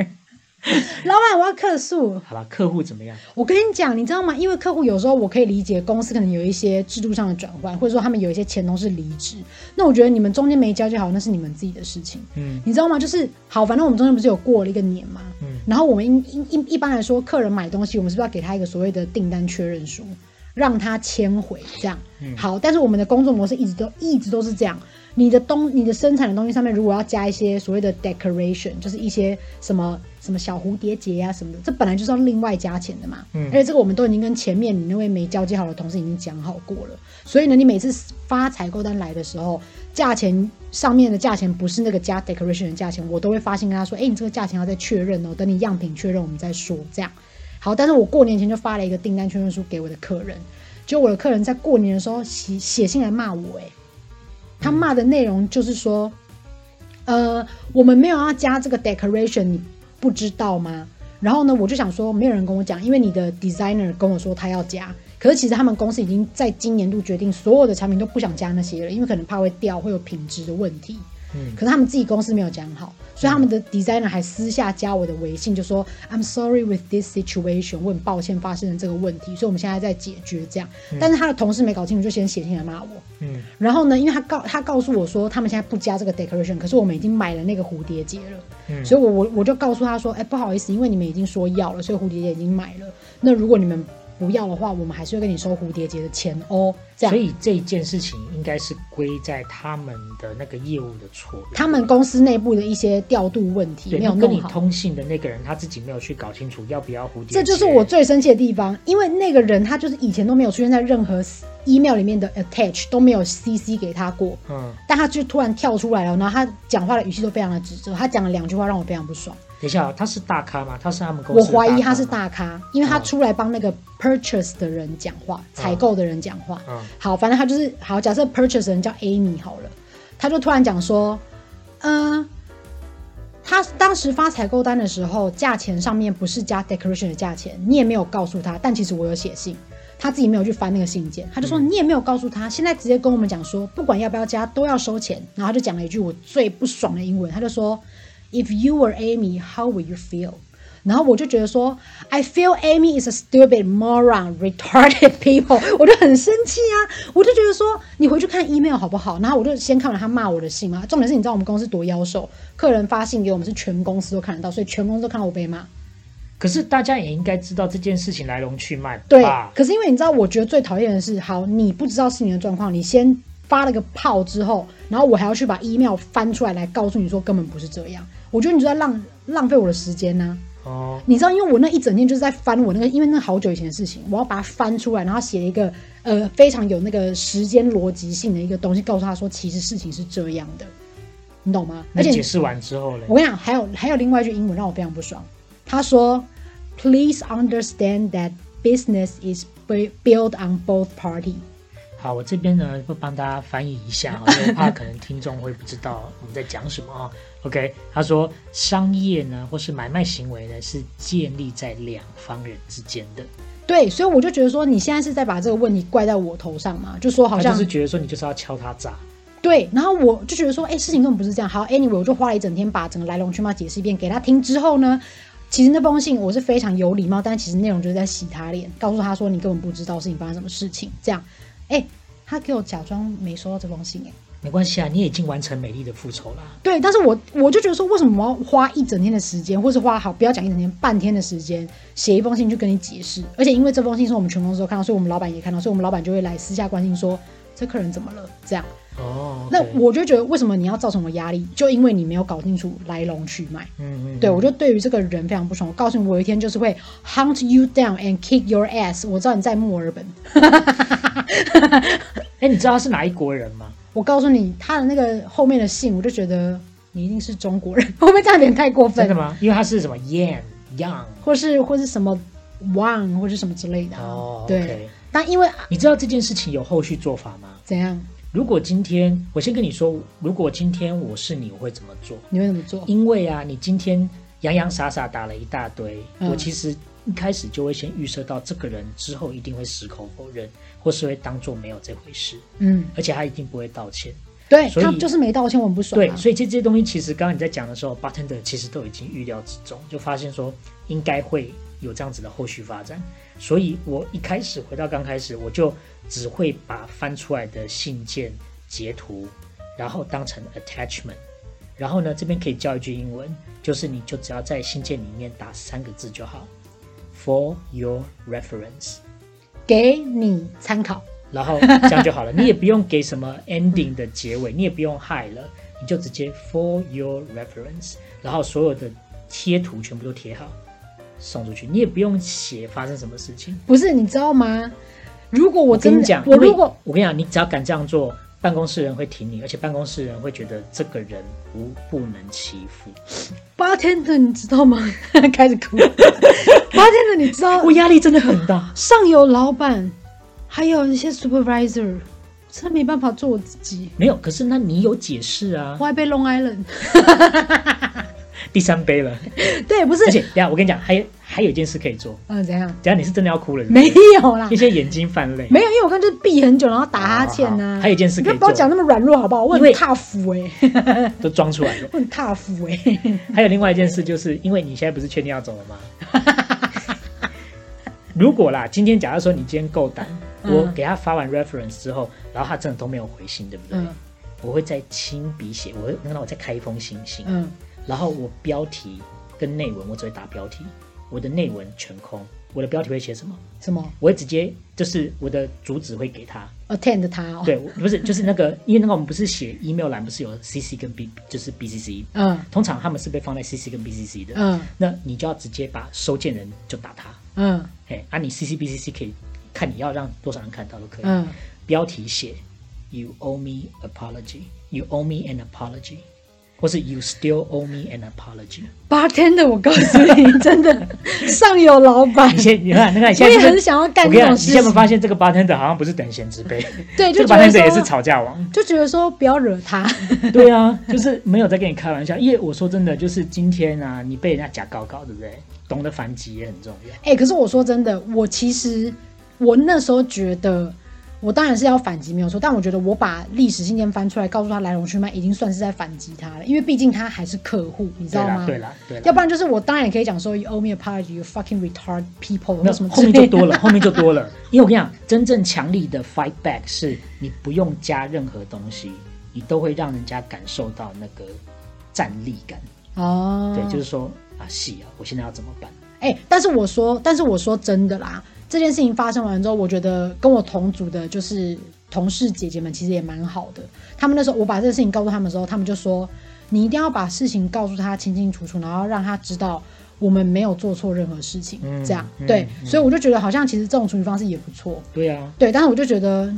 [SPEAKER 1] 老板，我要客诉。
[SPEAKER 2] 好了，客户怎么样？
[SPEAKER 1] 我跟你讲，你知道吗？因为客户有时候我可以理解，公司可能有一些制度上的转换，或者说他们有一些前同事离职。那我觉得你们中间没交接好，那是你们自己的事情，
[SPEAKER 2] 嗯
[SPEAKER 1] 你知道吗？就是好，反正我们中间不是有过了一个年嘛，
[SPEAKER 2] 嗯
[SPEAKER 1] 然后我们一一一般来说，客人买东西，我们是不是要给他一个所谓的订单确认书，让他签回这样？
[SPEAKER 2] 嗯
[SPEAKER 1] 好，但是我们的工作模式一直都一直都是这样。你的东，你的生产的东西上面，如果要加一些所谓的 decoration，就是一些什么什么小蝴蝶结啊什么的，这本来就是要另外加钱的嘛。
[SPEAKER 2] 嗯
[SPEAKER 1] 而且这个我们都已经跟前面你那位没交接好的同事已经讲好过了，所以呢，你每次发采购单来的时候，价钱上面的价钱不是那个加 decoration 的价钱，我都会发信跟他说，哎、你这个价钱要再确认哦，等你样品确认我们再说这样。好，但是我过年前就发了一个订单确认书给我的客人，结果我的客人在过年的时候写写信来骂我、哎，他骂的内容就是说，呃，我们没有要加这个 decoration，你不知道吗？然后呢，我就想说，没有人跟我讲，因为你的 designer 跟我说他要加，可是其实他们公司已经在今年度决定所有的产品都不想加那些了，因为可能怕会掉，会有品质的问题。
[SPEAKER 2] 嗯
[SPEAKER 1] 可是他们自己公司没有讲好，所以他们的 designer 还私下加我的微信，就说 I'm sorry with this situation，我很抱歉发生了这个问题，所以我们现在在解决这样。但是他的同事没搞清楚，就先写信来骂我。
[SPEAKER 2] 嗯
[SPEAKER 1] 然后呢，因为他告他告诉我说他们现在不加这个 decoration，可是我们已经买了那个蝴蝶结了，
[SPEAKER 2] 嗯
[SPEAKER 1] 所以我我我就告诉他说，哎，不好意思，因为你们已经说要了，所以蝴蝶结已经买了。那如果你们不要的话，我们还是会跟你收蝴蝶结的钱哦。这样
[SPEAKER 2] 所，以这一件事情应该是归在他们的那个业务的错误。
[SPEAKER 1] 他们公司内部的一些调度问题
[SPEAKER 2] 对，
[SPEAKER 1] 没有
[SPEAKER 2] 那跟
[SPEAKER 1] 弄
[SPEAKER 2] 你
[SPEAKER 1] 好。
[SPEAKER 2] 通信的那个人他自己没有去搞清楚要不要蝴蝶结，
[SPEAKER 1] 这就是我最生气的地方，因为那个人他就是以前都没有出现在任何 email 里面的 attach 都没有 CC 给他过，
[SPEAKER 2] 嗯。
[SPEAKER 1] 但他就突然跳出来了，然后他讲话的语气都非常的指责，他讲了两句话让我非常不爽，
[SPEAKER 2] 等一下、哦，他是大咖吗？他是他们公
[SPEAKER 1] 我
[SPEAKER 2] 司的咖吗？嗯
[SPEAKER 1] 怀疑他是大咖，因为他出来帮那个 purchase 的人讲话，采购的人讲话。
[SPEAKER 2] 嗯
[SPEAKER 1] 好，反正他就是好，假设 purchase 的人叫 Amy 好了，他就突然讲说，嗯、他当时发采购单的时候，价钱上面不是加 decoration 的价钱，你也没有告诉他，但其实我有写信，他自己没有去翻那个信件，他就
[SPEAKER 2] 嗯
[SPEAKER 1] 说你也没有告诉他，现在直接跟我们讲说，不管要不要加都要收钱，然后他就讲了一句我最不爽的英文，他就说，If you were Amy, how would you feel？然后我就觉得说，I feel Amy is a stupid moron, retarded people，我 就很生气啊！我就觉得说，你回去看 email 好不好？然后我就先看了他骂我的信嘛。重点是，你知道我们公司多妖兽，客人发信给我们是全公司都看得到，所以全公司都看到我被骂。
[SPEAKER 2] 可是大家也应该知道这件事情来龙去脉
[SPEAKER 1] 对，
[SPEAKER 2] 吧？
[SPEAKER 1] 可是因为你知道，我觉得最讨厌的是，好，你不知道是你的状况，你先发了个炮之后，然后我还要去把 email 翻出来来告诉你说根本不是这样。我觉得你就在浪浪费我的时间啊呢、
[SPEAKER 2] 哦，
[SPEAKER 1] 你知道，因为我那一整天就是在翻我那个，因为那好久以前的事情，我要把它翻出来，然后写一个呃非常有那个时间逻辑性的一个东西，告诉他说其实事情是这样的，你懂吗？
[SPEAKER 2] 那
[SPEAKER 1] 而
[SPEAKER 2] 解
[SPEAKER 1] 且
[SPEAKER 2] 释完之后呢？
[SPEAKER 1] 我跟你讲，还有还有另外一句英文让我非常不爽，他说，Please understand that business is bu- built on both party。
[SPEAKER 2] 好，我这边呢会帮大家翻译一下、哦，因为怕可能听众会不知道我们在讲什么啊、OK，他说商业呢或是买卖行为呢是建立在两方人之间的，
[SPEAKER 1] 对，所以我就觉得说，你现在是在把这个问题怪在我头上嘛？就说好
[SPEAKER 2] 他
[SPEAKER 1] 像
[SPEAKER 2] 就是觉得说你就是要敲他诈，
[SPEAKER 1] 对，然后我就觉得说，哎，事情根本不是这样。好，anyway，我就花了一整天把整个来龙去脉解释一遍给他听之后呢，其实那封信我是非常有礼貌，但其实内容就是在洗他脸，告诉他说你根本不知道事情发生什么事情。这样，哎，他给我假装没收到这封信，哎，
[SPEAKER 2] 没关系啊，你已经完成美丽的复仇啊啦。
[SPEAKER 1] 对，但是我我就觉得说，为什么我要花一整天的时间，或是花好不要讲一整天，半天的时间写一封信去跟你解释？而且因为这封信是我们全公司都看到，所以我们老板也看到，所以我们老板就会来私下关心说这客人怎么了这样。
[SPEAKER 2] 哦，
[SPEAKER 1] 那
[SPEAKER 2] OK
[SPEAKER 1] 我就觉得，为什么你要造成我压力？就因为你没有搞清楚来龙去脉。
[SPEAKER 2] 嗯嗯，
[SPEAKER 1] 对
[SPEAKER 2] 嗯
[SPEAKER 1] 我就对于这个人非常不爽。我告诉你，我有一天就是会 hunt you down and kick your ass。我知道你在墨尔本，
[SPEAKER 2] 哎，你知道他是哪一国人吗？
[SPEAKER 1] 我告诉你他的那个后面的信，我就觉得你一定是中国人，会不会这样有点太过
[SPEAKER 2] 真的
[SPEAKER 1] 分？
[SPEAKER 2] 吗？因为他是什么 Yan Yang
[SPEAKER 1] 或是或是什么 one 或是什么之类的、啊。
[SPEAKER 2] 哦，
[SPEAKER 1] 对
[SPEAKER 2] OK，
[SPEAKER 1] 但因为啊
[SPEAKER 2] 你知道这件事情有后续做法吗？
[SPEAKER 1] 怎样，
[SPEAKER 2] 如果今天我先跟你说，如果今天我是你，我会怎么做？
[SPEAKER 1] 你会怎么做？
[SPEAKER 2] 因为啊，你今天洋洋洒洒打了一大堆，
[SPEAKER 1] 嗯
[SPEAKER 2] 我其实一开始就会先预设到这个人之后一定会矢口否认，或是会当做没有这回事，
[SPEAKER 1] 嗯
[SPEAKER 2] 而且他一定不会道歉。
[SPEAKER 1] 对
[SPEAKER 2] 所以
[SPEAKER 1] 他就是没道歉，我很不爽、
[SPEAKER 2] 对，
[SPEAKER 1] 啊。
[SPEAKER 2] 所以这些东西其实刚刚你在讲的时候，bartender 其实都已经预料之中，就发现说应该会有这样子的后续发展。所以我一开始回到刚开始，我就只会把翻出来的信件截图，然后当成 attachment。然后呢，这边可以教一句英文，就是你就只要在信件里面打三个字就好，for your reference。
[SPEAKER 1] 给你参考。
[SPEAKER 2] 然后这样就好了，你也不用给什么 ending 的结尾，你也不用 hi 了，你就直接 for your reference，然后所有的贴图全部都贴好送出去，你也不用写发生什么事情。
[SPEAKER 1] 不是，你知道吗？如果我
[SPEAKER 2] 我跟
[SPEAKER 1] 真
[SPEAKER 2] 你
[SPEAKER 1] 的
[SPEAKER 2] 讲，，
[SPEAKER 1] 我
[SPEAKER 2] 因为
[SPEAKER 1] 如果
[SPEAKER 2] 我跟你讲，你只要敢这样做，办公室人会挺你，而且办公室人会觉得这个人无不能欺负。
[SPEAKER 1] bartender，你知道吗？ 开始 哭。bartender，你知道
[SPEAKER 2] 我压力真的 很大，
[SPEAKER 1] 上有老板，还有一些 supervisor，真没办法做我自己。
[SPEAKER 2] 没有，可是那你有解释啊
[SPEAKER 1] 我。还被 Long Island，
[SPEAKER 2] 第三 杯了，
[SPEAKER 1] 对，不是
[SPEAKER 2] 而，且等一下我跟你讲，还有还有一件事可以做，
[SPEAKER 1] 嗯、怎样？
[SPEAKER 2] 等一下你是真的要哭了是不
[SPEAKER 1] 没
[SPEAKER 2] 是，
[SPEAKER 1] 有 啦
[SPEAKER 2] 一，些眼睛泛泪。
[SPEAKER 1] 没有，因为我刚刚就是闭很久，然后打哈欠
[SPEAKER 2] 好好
[SPEAKER 1] 呐、
[SPEAKER 2] 好还有一件事
[SPEAKER 1] 你
[SPEAKER 2] 可
[SPEAKER 1] 不
[SPEAKER 2] 以
[SPEAKER 1] 要把我讲那么软弱好不好？我很
[SPEAKER 2] 因为
[SPEAKER 1] 踏服哎、
[SPEAKER 2] 都装出来了。
[SPEAKER 1] 我很踏服哎、 欸。
[SPEAKER 2] 还有另外一件事，就是因为你现在不是确定要走了吗？ 如果啦，今天假如说你今天够胆，
[SPEAKER 1] 嗯
[SPEAKER 2] 我给他发完 reference 之后，然后他真的都没有回信，对不对？
[SPEAKER 1] 嗯
[SPEAKER 2] 我会再亲笔写，我会让我再开一封信信，
[SPEAKER 1] 嗯，
[SPEAKER 2] 然后我标题跟内文我只会打标题，我的内文全空，我的标题会写什么？
[SPEAKER 1] 什么
[SPEAKER 2] 我会直接就是我的主旨会给他，
[SPEAKER 1] attend 他哦？，
[SPEAKER 2] 对，我不是就是那个，因为那个我们不是写 email 栏不是有 CC 跟 B E 就是 BCC，
[SPEAKER 1] 嗯
[SPEAKER 2] 通常他们是被放在 CC 跟 BCC 的，
[SPEAKER 1] 嗯
[SPEAKER 2] 那你就要直接把收件人就打他，
[SPEAKER 1] 嗯
[SPEAKER 2] 哎，啊，你 CC BCC 可以看你要让多少人看到都可以。
[SPEAKER 1] 嗯，
[SPEAKER 2] 标题写 You owe me apology，You owe me an apology，或是 You still owe me an apology。
[SPEAKER 1] bartender，我告诉你，真 的上有老板
[SPEAKER 2] 你，现你 看，你看，你
[SPEAKER 1] 我
[SPEAKER 2] 现在
[SPEAKER 1] 也
[SPEAKER 2] 是不
[SPEAKER 1] 很
[SPEAKER 2] 是
[SPEAKER 1] 想要干
[SPEAKER 2] 我
[SPEAKER 1] 这
[SPEAKER 2] 跟你讲，
[SPEAKER 1] 种
[SPEAKER 2] 你
[SPEAKER 1] 事
[SPEAKER 2] 现在有没有
[SPEAKER 1] 情。
[SPEAKER 2] 发现这个 bartender 好像不是等闲之辈，
[SPEAKER 1] 对，
[SPEAKER 2] 这
[SPEAKER 1] 就
[SPEAKER 2] 个
[SPEAKER 1] 觉得
[SPEAKER 2] bartender 也是
[SPEAKER 1] 说
[SPEAKER 2] 吵 架王。
[SPEAKER 1] 就觉得说不要惹他。
[SPEAKER 2] 对啊，就是没有在跟你开玩笑，因为我说真的，就是今天啊，你被人家假高高，对不对？懂得反击也很重要。
[SPEAKER 1] 哎、可是我说真的，我其实我那时候觉得，我当然是要反击没有错，但我觉得我把历史信件翻出来，告诉他来龙去脉，已经算是在反击他了，因为毕竟他还是客户，你知
[SPEAKER 2] 对
[SPEAKER 1] 道
[SPEAKER 2] 啦，
[SPEAKER 1] 吗？
[SPEAKER 2] 对啦，对啦。
[SPEAKER 1] 要不然就是我当然也可以讲说，you owe me a apology, you fucking retard people，
[SPEAKER 2] 没
[SPEAKER 1] 那
[SPEAKER 2] 有
[SPEAKER 1] 什么
[SPEAKER 2] 后面 就多了，后面就 多了。因为我跟你讲，真正强力的 fight back 是你不用加任何东西，你都会让人家感受到那个战力感。
[SPEAKER 1] 哦，
[SPEAKER 2] 对，就是说啊，是啊，我现在要怎么办？
[SPEAKER 1] 哎、但是我说，但是我说真的啦，这件事情发生完之后，我觉得跟我同组的，就是同事姐姐们，其实也蛮好的。他们那时候我把这个事情告诉他们的时候，他们就说：“你一定要把事情告诉他清清楚楚，然后让他知道我们没有做错任何事情。
[SPEAKER 2] 嗯
[SPEAKER 1] 这样
[SPEAKER 2] 嗯
[SPEAKER 1] 对，
[SPEAKER 2] 嗯
[SPEAKER 1] 所以我就觉得好像其实这种处理方式也不错。
[SPEAKER 2] 对啊，
[SPEAKER 1] 对，但是我就觉得，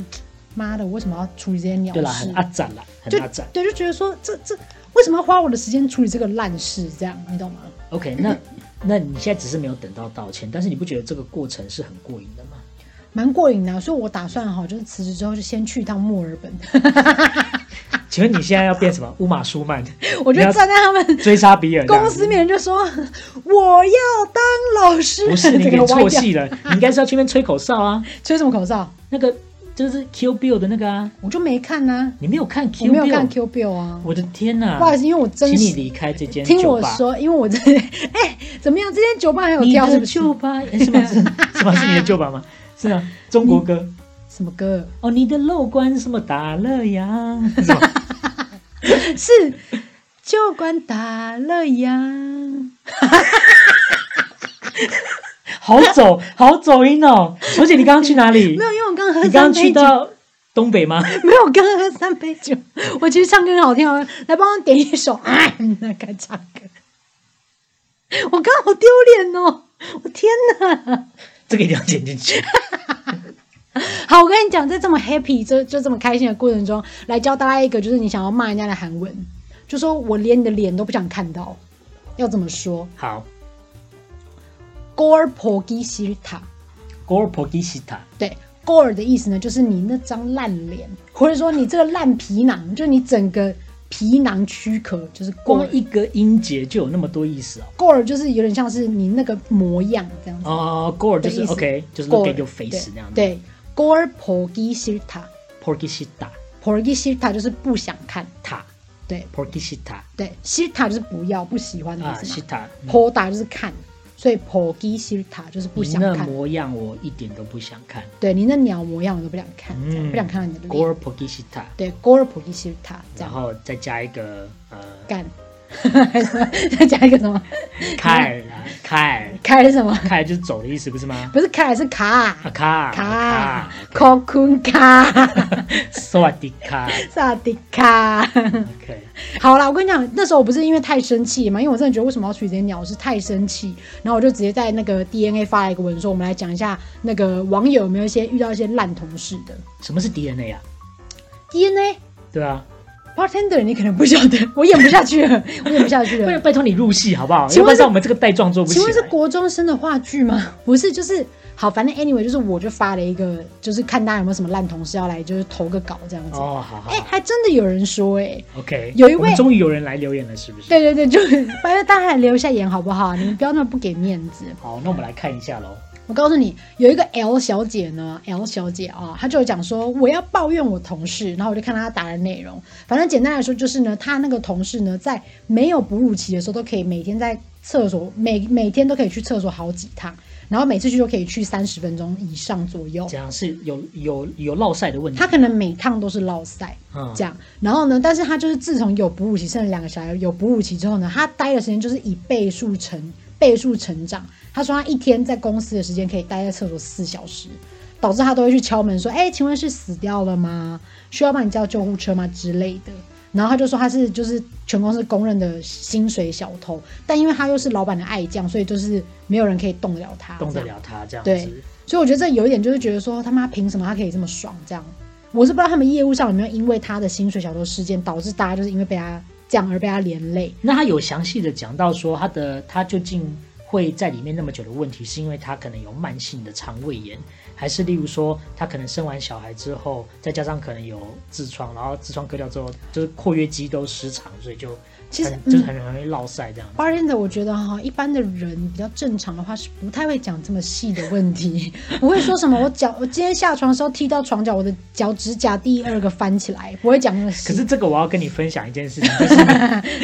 [SPEAKER 1] 妈的，为什么要处理这些鸟
[SPEAKER 2] 对啦，
[SPEAKER 1] 事
[SPEAKER 2] 很？阿展啦，很
[SPEAKER 1] 就
[SPEAKER 2] 阿展。
[SPEAKER 1] 对，就觉得说这这为什么要花我的时间处理这个烂事？这样你懂吗？
[SPEAKER 2] OK，那那你现在只是没有等到道歉，但是你不觉得这个过程是很过瘾的吗？
[SPEAKER 1] 蛮过瘾的啊、所以我打算哈，就是辞职之后就先去一趟墨 尔本。
[SPEAKER 2] 请问你现在要变什么？乌马舒曼？
[SPEAKER 1] 我就
[SPEAKER 2] 你要啊
[SPEAKER 1] 站在他 们
[SPEAKER 2] 追杀比尔这样
[SPEAKER 1] 公
[SPEAKER 2] 子？
[SPEAKER 1] 司面前就说：“我要当老师。”
[SPEAKER 2] 不是你
[SPEAKER 1] 这
[SPEAKER 2] 给
[SPEAKER 1] 个
[SPEAKER 2] 错
[SPEAKER 1] 歪掉，
[SPEAKER 2] 戏了，你应该是要去那边吹口哨啊，
[SPEAKER 1] 吹什么口哨？
[SPEAKER 2] 那个就是 Q Bill 的那个啊。
[SPEAKER 1] 我就没看呐、
[SPEAKER 2] 你没有看
[SPEAKER 1] 我
[SPEAKER 2] Q
[SPEAKER 1] 没有看
[SPEAKER 2] Bill
[SPEAKER 1] Q Bill 啊。
[SPEAKER 2] 我的天呐！
[SPEAKER 1] 不好意思，因为我真
[SPEAKER 2] 请你
[SPEAKER 1] 是
[SPEAKER 2] 离开这间
[SPEAKER 1] 听
[SPEAKER 2] 酒
[SPEAKER 1] 我
[SPEAKER 2] 吧。
[SPEAKER 1] 说，因为我真的哎、怎么样？这间酒吧还有
[SPEAKER 2] 你
[SPEAKER 1] 跳是
[SPEAKER 2] 的
[SPEAKER 1] 不是？
[SPEAKER 2] 酒吧 诶是吗？是是吗？是你的酒 吧吗？是啊，中国歌
[SPEAKER 1] 什么歌？
[SPEAKER 2] 哦，你的肉冠什么打了烊？是吧
[SPEAKER 1] 是 酒馆打了烊。
[SPEAKER 2] 好走，好走音哦！而且你刚刚去哪 里
[SPEAKER 1] 没？有，因为我刚喝
[SPEAKER 2] 你刚
[SPEAKER 1] 三
[SPEAKER 2] 刚去
[SPEAKER 1] 杯酒，
[SPEAKER 2] 到东北吗？
[SPEAKER 1] 没有，我刚喝三杯酒。我其实唱歌很好听哦，来帮我点一首。 哎，那该唱歌。我刚好丢脸哦！我天哪！
[SPEAKER 2] 这个一定要剪进去。
[SPEAKER 1] 好，我跟你讲，在这么 happy 就就这么开心的过程中，来教大家一个，就是你想要骂人家的韩文，就说我连你的脸都不想看到，要怎么说？
[SPEAKER 2] 好
[SPEAKER 1] 꼴 보기싫다。
[SPEAKER 2] ，Gore p o g i s i t a
[SPEAKER 1] 对，gore 的意思呢，就是你那张烂脸，或者说你这个烂皮囊，就是你整个皮囊躯壳，就是
[SPEAKER 2] 光
[SPEAKER 1] 光一
[SPEAKER 2] 一个音节就有那么多意思哦。
[SPEAKER 1] gore 就是有点像是你那个模样这样子。
[SPEAKER 2] 哦，Gore
[SPEAKER 1] 的
[SPEAKER 2] 就是
[SPEAKER 1] 意思
[SPEAKER 2] OK，就是 look
[SPEAKER 1] gore，
[SPEAKER 2] at your face 那样子。
[SPEAKER 1] 对，gore 보기 싫다。
[SPEAKER 2] p o g i s i t a
[SPEAKER 1] ，porgi shita 就是不想看，
[SPEAKER 2] 塔
[SPEAKER 1] 对
[SPEAKER 2] porky shita
[SPEAKER 1] 对，shita 就是不要、不喜欢的意
[SPEAKER 2] 啊
[SPEAKER 1] 思嘛、
[SPEAKER 2] shita，嗯
[SPEAKER 1] p o d a 就是看，所以 porgi shita 就是不
[SPEAKER 2] 你
[SPEAKER 1] 想
[SPEAKER 2] 那
[SPEAKER 1] 看，
[SPEAKER 2] 模样我一点都不想看。
[SPEAKER 1] 对你那鸟模样我都不想看，这样
[SPEAKER 2] 嗯
[SPEAKER 1] 不想看到你的脸。
[SPEAKER 2] gore porky shita，
[SPEAKER 1] 对，gore porgi shita 这样
[SPEAKER 2] 然后再加一个呃
[SPEAKER 1] 干，再加一个什么？
[SPEAKER 2] 凯啊凯
[SPEAKER 1] 开是什么？
[SPEAKER 2] 凯就是走的意思不是吗？
[SPEAKER 1] 不是开是卡
[SPEAKER 2] 啊卡
[SPEAKER 1] 卡 c o c u n 卡，
[SPEAKER 2] s w a d i 卡
[SPEAKER 1] 萨迪卡。
[SPEAKER 2] ，OK，
[SPEAKER 1] 好啦，我跟你讲，那时候我不是因为太生气嘛，因为我真的觉得为什么要取这些鸟，我是太生气，然后我就直接在那个 DNA 发了一个文说，我们来讲一下那个网友有没有一些遇到一些烂同事的
[SPEAKER 2] 什么是 DNA 啊？
[SPEAKER 1] DNA。
[SPEAKER 2] 对啊，
[SPEAKER 1] bartender，你可能不晓得，我演不下去了，我演不下去
[SPEAKER 2] 不
[SPEAKER 1] 了
[SPEAKER 2] 然。拜托你入戏好不好？
[SPEAKER 1] 请
[SPEAKER 2] 要不
[SPEAKER 1] 问是
[SPEAKER 2] 然我们这个带状做不起
[SPEAKER 1] 请
[SPEAKER 2] 来。
[SPEAKER 1] 问是国中生的话剧吗？不是，就是好，反正 anyway，就是我就发了一个，就是看大家有没有什么烂同事要来，就是投个稿这样子。
[SPEAKER 2] 哦，好好
[SPEAKER 1] 哎、还真的有人说哎、
[SPEAKER 2] ，OK，
[SPEAKER 1] 有一位
[SPEAKER 2] 我们终于有人来留言了，是不是？，
[SPEAKER 1] 对对对，就是拜托大家来留一下言好不好？啊你们不要那么不给面子。
[SPEAKER 2] 好，那我们来看一下喽。
[SPEAKER 1] 我告诉你，有一个 L 小姐呢，L 小姐啊，她就有讲说我要抱怨我同事，然后我就看她答的内容。反正简单来说就是呢，她那个同事呢，在没有哺乳期的时候，都可以每天在厕所每每天都可以去厕所好几趟，然后每次去都可以去三十分钟以上左右。
[SPEAKER 2] 这样是有有有落晒的问题
[SPEAKER 1] 她，可能每趟都是落塞
[SPEAKER 2] 嗯
[SPEAKER 1] 这样，然后呢，但是她就是自从有哺乳期，甚至两个小孩有哺乳期之后呢，她待的时间就是以倍数成倍数成长。她说她一天在公司的时间可以待在厕所四小时，导致她都会去敲门说：“哎、请问是死掉了吗？需要帮你叫救护车吗？”之类的。然后她就说她是就是全公司公认的薪水小偷，但因为她又是老板的爱将，所以就是没有人可以动得了她，
[SPEAKER 2] 动
[SPEAKER 1] 这
[SPEAKER 2] 得
[SPEAKER 1] 样
[SPEAKER 2] 了他这样
[SPEAKER 1] 对
[SPEAKER 2] 子。，
[SPEAKER 1] 所以我觉得这有一点就是觉得说他妈凭什么他可以这么爽这样？我是不知道他们业务上有没有因为他的薪水小偷事件导致大家就是因为被他这样而被他连累。
[SPEAKER 2] 那他有详细的讲到说他的他究竟会在里面那么久的问题，是因为他可能有慢性的肠胃炎，还是例如说他可能生完小孩之后，再加上可能有痔疮，然后痔疮割掉之后，就是括约肌都失常，所以就
[SPEAKER 1] 其实
[SPEAKER 2] 很
[SPEAKER 1] 嗯
[SPEAKER 2] 就是很容易落晒这样子。
[SPEAKER 1] b a r t e n d 我觉得哈，一般的人比较正常的话是不太会讲这么细的问 题，不会说什么我脚我今天下床的时候踢到床角，我的脚趾甲第二个翻起来，不会讲那么
[SPEAKER 2] 可
[SPEAKER 1] 细。
[SPEAKER 2] 是这个我要跟你分享一件事情，就是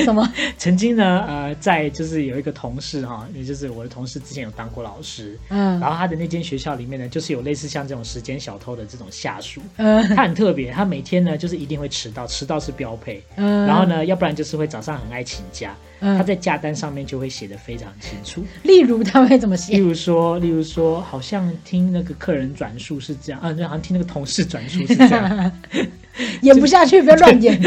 [SPEAKER 1] 什 么？
[SPEAKER 2] 曾经呢，呃，在就是有一个同事哈，也就是我的同事之前有当过老师，
[SPEAKER 1] 嗯
[SPEAKER 2] 然后他的那间学校里面呢，就是有类似像这种时间小偷的这种下属，
[SPEAKER 1] 嗯
[SPEAKER 2] 他很特别，他每天呢就是一定会迟到，迟到是标配。
[SPEAKER 1] 嗯，
[SPEAKER 2] 然后呢，要不然就是会早上很爱请假，
[SPEAKER 1] 嗯
[SPEAKER 2] 他在假单上面就会写的非常清楚。
[SPEAKER 1] 例如他会怎么
[SPEAKER 2] 例
[SPEAKER 1] 写？
[SPEAKER 2] 如说，例如说，好像听那个客人转述是这样，啊，好像听那个同事转述是这 样
[SPEAKER 1] 演不下去，不要乱演。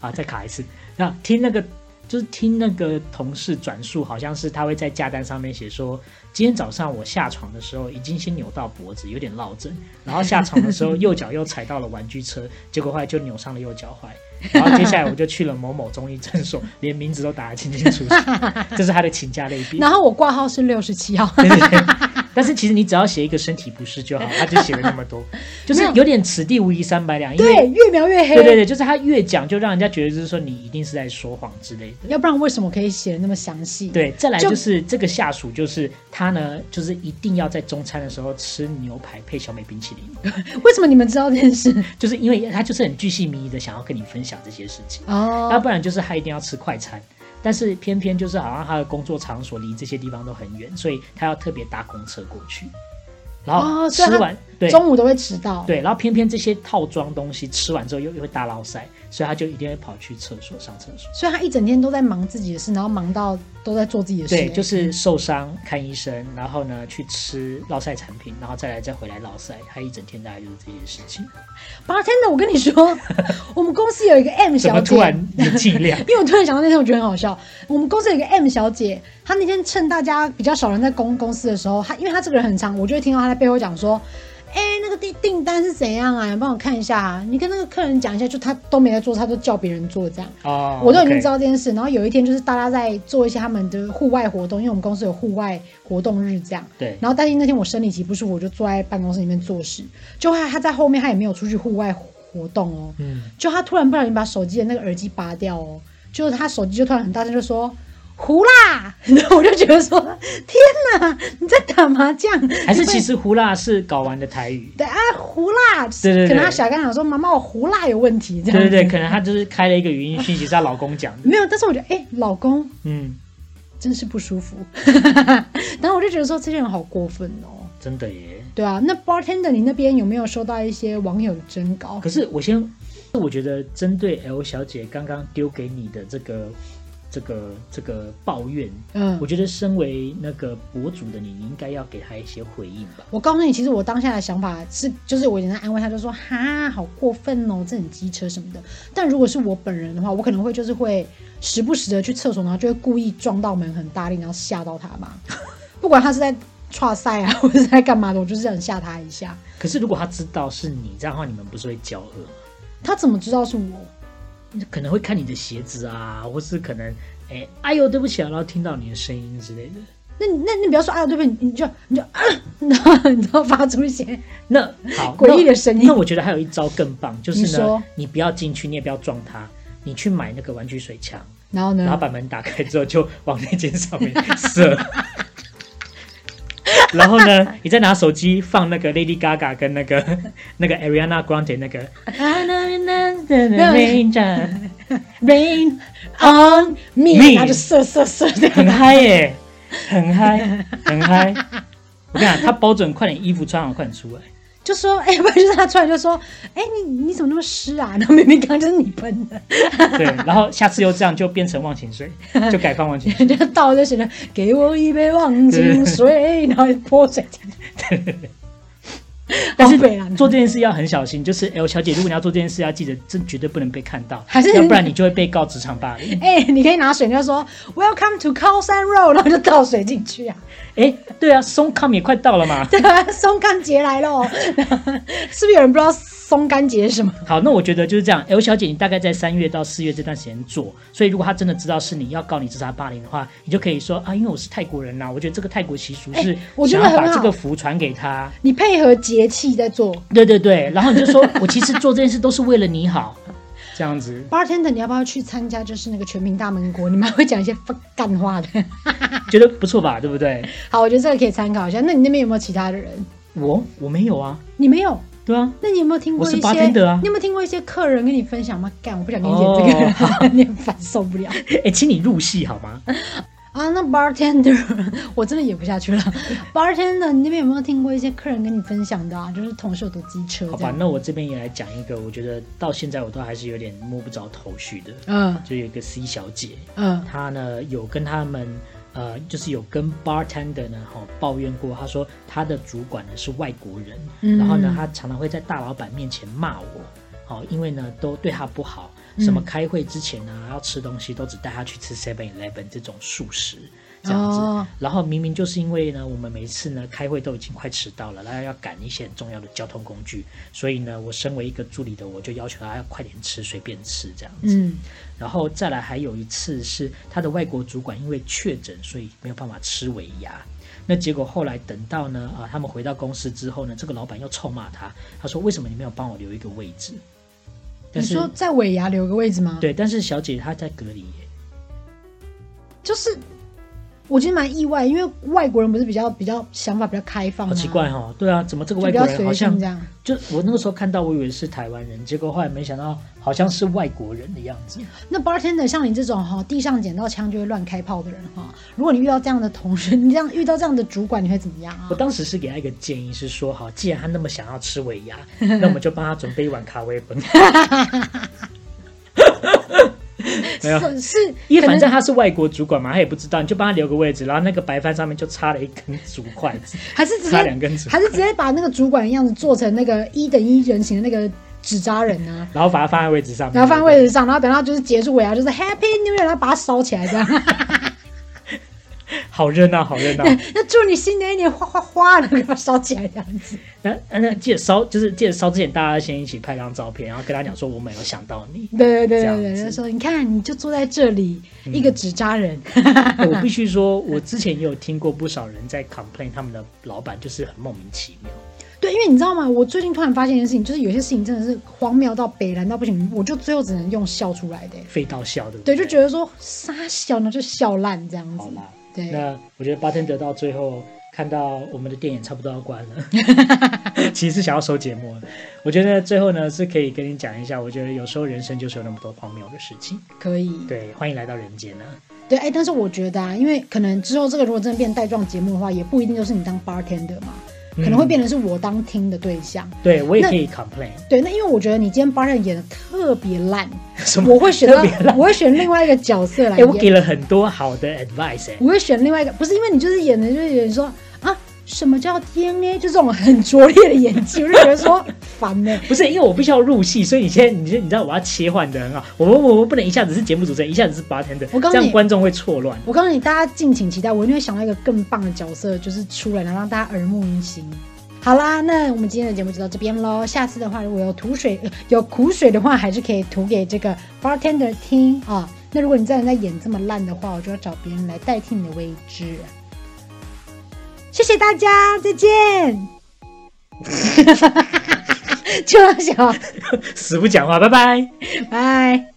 [SPEAKER 2] 啊，再卡一次。那听那个就是听那个同事转述，好像是他会在假单上面写说，今天早上我下床的时候已经先扭到脖子，有点落枕，然后下床的时候 右脚又踩到了玩具车，结果后来就扭伤了右脚踝。然后接下来我就去了某某中医诊所， 连名字都打得清清楚楚， 这是他的请假类别。
[SPEAKER 1] 然后我挂号是六十七号。
[SPEAKER 2] 对对对，但是其实你只要写一个身体不适就好，他就写了那么 多，就是有点此地无银三百两，因
[SPEAKER 1] 对，
[SPEAKER 2] 为
[SPEAKER 1] 越描越黑。
[SPEAKER 2] 对对对，就是他越讲就让人家觉得就是说你一定是在说谎之类的。
[SPEAKER 1] 要不然为什么可以写的那么详细？，
[SPEAKER 2] 对，再来
[SPEAKER 1] 就
[SPEAKER 2] 就是这个下属，就是他呢，就是一定要在中餐的时候吃牛排配小美冰淇淋，
[SPEAKER 1] 为什么你们知道这件事？
[SPEAKER 2] 就是因为他就是很巨细靡遗的想要跟你分享这些事情。要
[SPEAKER 1] 哦，
[SPEAKER 2] 不然就是他一定要吃快餐，但是偏偏就是好像他的工作场所离这些地方都很远，所以他要特别搭公车过去，然后
[SPEAKER 1] 哦所以
[SPEAKER 2] 吃
[SPEAKER 1] 他
[SPEAKER 2] 完、对
[SPEAKER 1] 中午都会迟到。，
[SPEAKER 2] 对，然后偏偏这些套装东西吃完之后又又会大捞塞，所以他就一定会跑去厕所上厕所。
[SPEAKER 1] 所以他一整天都在忙自己的事，然后忙到都在做自己的事。
[SPEAKER 2] 对，就是受伤看医生，然后呢去吃落塞产品，然后再来再回来落塞，他一整天大概就是这些事情。
[SPEAKER 1] bartender。我跟你 说，我们公司有一个 M
[SPEAKER 2] 怎
[SPEAKER 1] 小
[SPEAKER 2] 么
[SPEAKER 1] 姐，
[SPEAKER 2] 突然你尽 量
[SPEAKER 1] 因为我突然想到那天，我觉得很好笑。我们公司有一个 M 小姐，她那天趁大家比较少人在公公司的时候，她因为她这个人很长，我就会听到她在背后讲说：“哎、那个订订单是怎样啊？你帮我看一下、啊。”你跟那个客人讲一下，就她都没在做，她都叫别人做这样。
[SPEAKER 2] 哦，
[SPEAKER 1] 我都已经
[SPEAKER 2] OK
[SPEAKER 1] 知道这件事。然后有一天就是大家在做一些他们的户外活动，因为我们公司有户外活动日这样。
[SPEAKER 2] 对
[SPEAKER 1] 然后但是那天我生理期不舒服，我就坐在办公室里面做事。就他他在后面他也没有出去户外活动哦，
[SPEAKER 2] 嗯，
[SPEAKER 1] 就他突然不小心把手机的那个耳机拔掉哦，就是他手机就突然很大声就说。胡啦！ 然后我就觉得说，天哪，你在打麻将？
[SPEAKER 2] 还是其实胡辣是搞完的台语？
[SPEAKER 1] 对啊，胡啦！
[SPEAKER 2] 对对对
[SPEAKER 1] 可能他小刚想说，妈妈，我胡啦有问题，这
[SPEAKER 2] 对
[SPEAKER 1] 样
[SPEAKER 2] 对
[SPEAKER 1] 子
[SPEAKER 2] 对，可能她就是开了一个语音讯息，是她老公 讲的。
[SPEAKER 1] 没有。但是我觉得，哎、老公
[SPEAKER 2] 嗯，
[SPEAKER 1] 真是不舒服。 然后我就觉得说，这些人好过分哦。
[SPEAKER 2] 真的耶。
[SPEAKER 1] 对啊，那 bartender 你那边有没有收到一些网友的征稿
[SPEAKER 2] 可？是我先，我觉得针对 L 小姐刚刚丢给你的这个、这个、这个抱怨，
[SPEAKER 1] 嗯
[SPEAKER 2] 我，觉得身为那个博主的你，你应该要给她一些回应吧。
[SPEAKER 1] 我告诉你，其实我当下的想法是，就是我简单安慰他，就说哈，好过分哦，这很机车什么的。但如果是我本人的话，我可能会就是会时不时的去厕所，然后就会故意撞到门很大力，然后吓到他吧。 不管他是在踹赛啊，或者是在干嘛的，我就是想吓他一下。
[SPEAKER 2] 可是如果她知道是你，这样的话你们不是会交恶吗？
[SPEAKER 1] 他怎么知道是我？
[SPEAKER 2] 可能会看你的鞋子啊，或是可能哎哎呦对不起啊，然后听到你的声音之类的。
[SPEAKER 1] 那你那那你不要说哎呦，对不起，你就你就啊，然后你知道 发出一些
[SPEAKER 2] 那好，
[SPEAKER 1] 诡异的声音
[SPEAKER 2] 那。那我觉得还有一招更棒，就是
[SPEAKER 1] 你说
[SPEAKER 2] 呢，你不要进去，你也不要撞它，你去买那个玩具水枪，
[SPEAKER 1] 然后
[SPEAKER 2] 然后
[SPEAKER 1] 呢？
[SPEAKER 2] 把门打开之后就往那间上面射。 然后呢，你再拿手机放那个 Lady Gaga 跟那个那个 Ariana Grande 那个 Rain
[SPEAKER 1] on me，
[SPEAKER 2] Me
[SPEAKER 1] 然后就射射射这样
[SPEAKER 2] 很嗨耶，很嗨，很嗨。我跟你讲，他保准快点衣服穿好，快点出来。
[SPEAKER 1] 就说，哎、不然就是他突然就说，哎、你你怎么那么湿啊？然后明明刚刚就是你喷的，
[SPEAKER 2] 对，然后下次又这样就变成忘情水，就改放 忘情水。
[SPEAKER 1] 人家倒就写了，给我一杯忘情水，然后就泼水进去。
[SPEAKER 2] 但是
[SPEAKER 1] 好啊北蓝
[SPEAKER 2] 做这件事要很小心，就是 L 小姐，如果你要做这件事，要记得这绝对不能被看到，
[SPEAKER 1] 还是
[SPEAKER 2] 要不然你就会被告职场霸凌。
[SPEAKER 1] 哎、你可以拿水，你就说 Welcome to 高山 Road，然后就倒水进去啊。
[SPEAKER 2] 哎，对啊，松康也快到了嘛。
[SPEAKER 1] 对啊， 松干节来喽， 是不是有人不知道松干节是什么？
[SPEAKER 2] 好，那我觉得就是这样。L 小姐，你大概在三月到四月这段时间做，所以如果她真的知道是你要告你职场霸凌的话，你就可以说啊，因为我是泰国人呐、我觉得这个泰国习俗是
[SPEAKER 1] 哎我觉
[SPEAKER 2] 想
[SPEAKER 1] 得
[SPEAKER 2] 要
[SPEAKER 1] 很
[SPEAKER 2] 把这
[SPEAKER 1] 好
[SPEAKER 2] 个福传给她。
[SPEAKER 1] 你配合节气在做。
[SPEAKER 2] 对对对，然后你就说 我其实做这件事都是为了你好，这样子。
[SPEAKER 1] Bartender，你要不要去参加？就是那个全民大闷锅，你们还会讲一些干话的。
[SPEAKER 2] 觉得不错吧，对不对？
[SPEAKER 1] 好，我觉得这个可以参考一下。那你那边有没有其他的人？
[SPEAKER 2] 我我没有啊，
[SPEAKER 1] 你没有？
[SPEAKER 2] 对啊，
[SPEAKER 1] 那你有没有听过
[SPEAKER 2] 我是
[SPEAKER 1] 一些？
[SPEAKER 2] bartender 啊
[SPEAKER 1] 你有没有听过一些客人跟你分享吗？干，我不想跟你讲这个，
[SPEAKER 2] 哦好
[SPEAKER 1] 你很烦，受不了
[SPEAKER 2] 哎、请你入戏好 吗？
[SPEAKER 1] 啊！那 bartender，我真的演不下去了。bartender，你那边有没有听过一些客人跟你分享的啊？就是同事有多机车
[SPEAKER 2] 好
[SPEAKER 1] 这
[SPEAKER 2] 吧，
[SPEAKER 1] 样？
[SPEAKER 2] 那我这边也来讲一个，我觉得到现在我都还是有点摸不着头绪的，
[SPEAKER 1] 嗯
[SPEAKER 2] 就有一个 C 小姐，
[SPEAKER 1] 嗯
[SPEAKER 2] 她呢有跟他们呃，就是有跟 bartender 呢哈、抱怨过，她说她的主管呢是外国人，
[SPEAKER 1] 嗯
[SPEAKER 2] 然后呢她常常会在大老板面前骂我，好、因为呢都对她不好，
[SPEAKER 1] 嗯
[SPEAKER 2] 什么开会之前呢要吃东西都只带她去吃 Seven Eleven 这种素食。这样子，
[SPEAKER 1] 哦
[SPEAKER 2] 然后明明就是因为呢，我们每次呢开会都已经快迟到了，然后要赶一些很重要的交通工具，所以呢，我身为一个助理的，我就要求她要快点吃，随便吃这样子。
[SPEAKER 1] 嗯，
[SPEAKER 2] 然后再来还有一次是他的外国主管因为确诊，所以没有办法吃尾牙。那结果后来等到呢啊，他们回到公司之后呢，这个老板又臭骂他，他说为什么你没有帮我留一个位置？
[SPEAKER 1] 你
[SPEAKER 2] 但是
[SPEAKER 1] 说在尾牙留个位置吗？，
[SPEAKER 2] 对，但是小姐她在隔离耶，
[SPEAKER 1] 就是。我其实蛮意外，因为外国人不是比较比较想法比较开放
[SPEAKER 2] 好
[SPEAKER 1] 吗？
[SPEAKER 2] 奇怪哦。对啊，怎么这个
[SPEAKER 1] 就
[SPEAKER 2] 外
[SPEAKER 1] 比
[SPEAKER 2] 国
[SPEAKER 1] 较
[SPEAKER 2] 人好
[SPEAKER 1] 随性
[SPEAKER 2] 像
[SPEAKER 1] 这样。
[SPEAKER 2] 就我那个时候看到，我以为是台湾人，结果后来没想到好像是外国人的样子。
[SPEAKER 1] 那 bartender 像你这种哈、地上捡到枪就会乱开炮的人哈、如果你遇到这样的同事，你这样遇到这样的主管，你会怎么样啊
[SPEAKER 2] 我？当时是给他一个建议，是说好，既然他那么想要吃尾牙，那我们就帮他准备一碗咖啡粉。没有，
[SPEAKER 1] 是是，
[SPEAKER 2] 因为
[SPEAKER 1] 可能
[SPEAKER 2] 反正他是外国主管嘛，他也不知道，你就帮他留个位置，然后那个白饭上面就插了一根竹筷子，
[SPEAKER 1] 还是直
[SPEAKER 2] 插两根
[SPEAKER 1] 接
[SPEAKER 2] 竹
[SPEAKER 1] 还是直接把那个主管的样子做成那个一等一人形的那个纸扎人啊，
[SPEAKER 2] 然后把它放在位置上面，
[SPEAKER 1] 然后放在位置上，然后等到就是结束尾牙就是 Happy New Year，然后把它烧起来这样。
[SPEAKER 2] 好热闹，好热闹。
[SPEAKER 1] 那祝你新的一年哗哗哗，然后给它烧起来这样子。
[SPEAKER 2] 那呃那记得烧，就是记得烧之前，大家先一起拍张照片，然后跟他讲说我们有想到你。
[SPEAKER 1] 对对对
[SPEAKER 2] 这样
[SPEAKER 1] 对对，
[SPEAKER 2] 子
[SPEAKER 1] 就说你看你就坐在这里，一个纸扎人。
[SPEAKER 2] 哎我必须说，我之前也有听过不少人在 complain 他们的老板就是很莫名其妙。
[SPEAKER 1] 对对，因为你知道吗？我最近突然发现一件事情，就是有些事情真的是荒谬到北蓝到不行，我就最后只能用笑出来的欸。
[SPEAKER 2] 废到笑，对不
[SPEAKER 1] 对，
[SPEAKER 2] 对
[SPEAKER 1] 就觉得说傻笑呢，就笑烂这样子
[SPEAKER 2] 好。啦。
[SPEAKER 1] 对，
[SPEAKER 2] 那我觉得巴天得到最后看到我们的电影差不多要关 了，其实是想要收节目了。我觉得最后呢是可以跟你讲一下，我觉得有时候人生就是有那么多荒谬的事情。
[SPEAKER 1] 可以。
[SPEAKER 2] 对，欢迎来到人间啊！
[SPEAKER 1] 对，哎，但是我觉得啊，因为可能之后这个如果真的变带状节目的话，也不一定就是你当 bartender 嘛，可能会变成是我当听的对象。
[SPEAKER 2] 对我也
[SPEAKER 1] 那
[SPEAKER 2] 可以 complain，
[SPEAKER 1] 对，那因为我觉得你今天 bartender 演的特别烂，
[SPEAKER 2] 什么
[SPEAKER 1] 我会选到，我会选另外一个角色来
[SPEAKER 2] 哎、我
[SPEAKER 1] 演。
[SPEAKER 2] 给了很多好的 advice 哎、
[SPEAKER 1] 我会选另外一个，不是因为你就是演的，就是有人说啊，什么叫 DNA，就这种很拙劣的演技，我就觉得说烦呢、
[SPEAKER 2] 不是因为我必须要入戏，所以你现在你你知道我要切换的很好，我们我们不能一下子是节目主持人，一下子是 bartender，
[SPEAKER 1] 我告诉
[SPEAKER 2] 这样
[SPEAKER 1] 你
[SPEAKER 2] 观众会错乱。
[SPEAKER 1] 我告诉你，大家敬请期待，我一定会想到一个更棒的角色，就是出来，然后让大家耳目一新。好啦，那我们今天的节目就到这边喽。下次的话，如果有吐水、 呃有苦水的话，还是可以吐给这个 bartender 听啊。那如果你再在演这么烂的话，我就要找别人来代替你的位置。谢谢大家，再见。 就要小，
[SPEAKER 2] 死不讲话，拜拜。
[SPEAKER 1] 拜。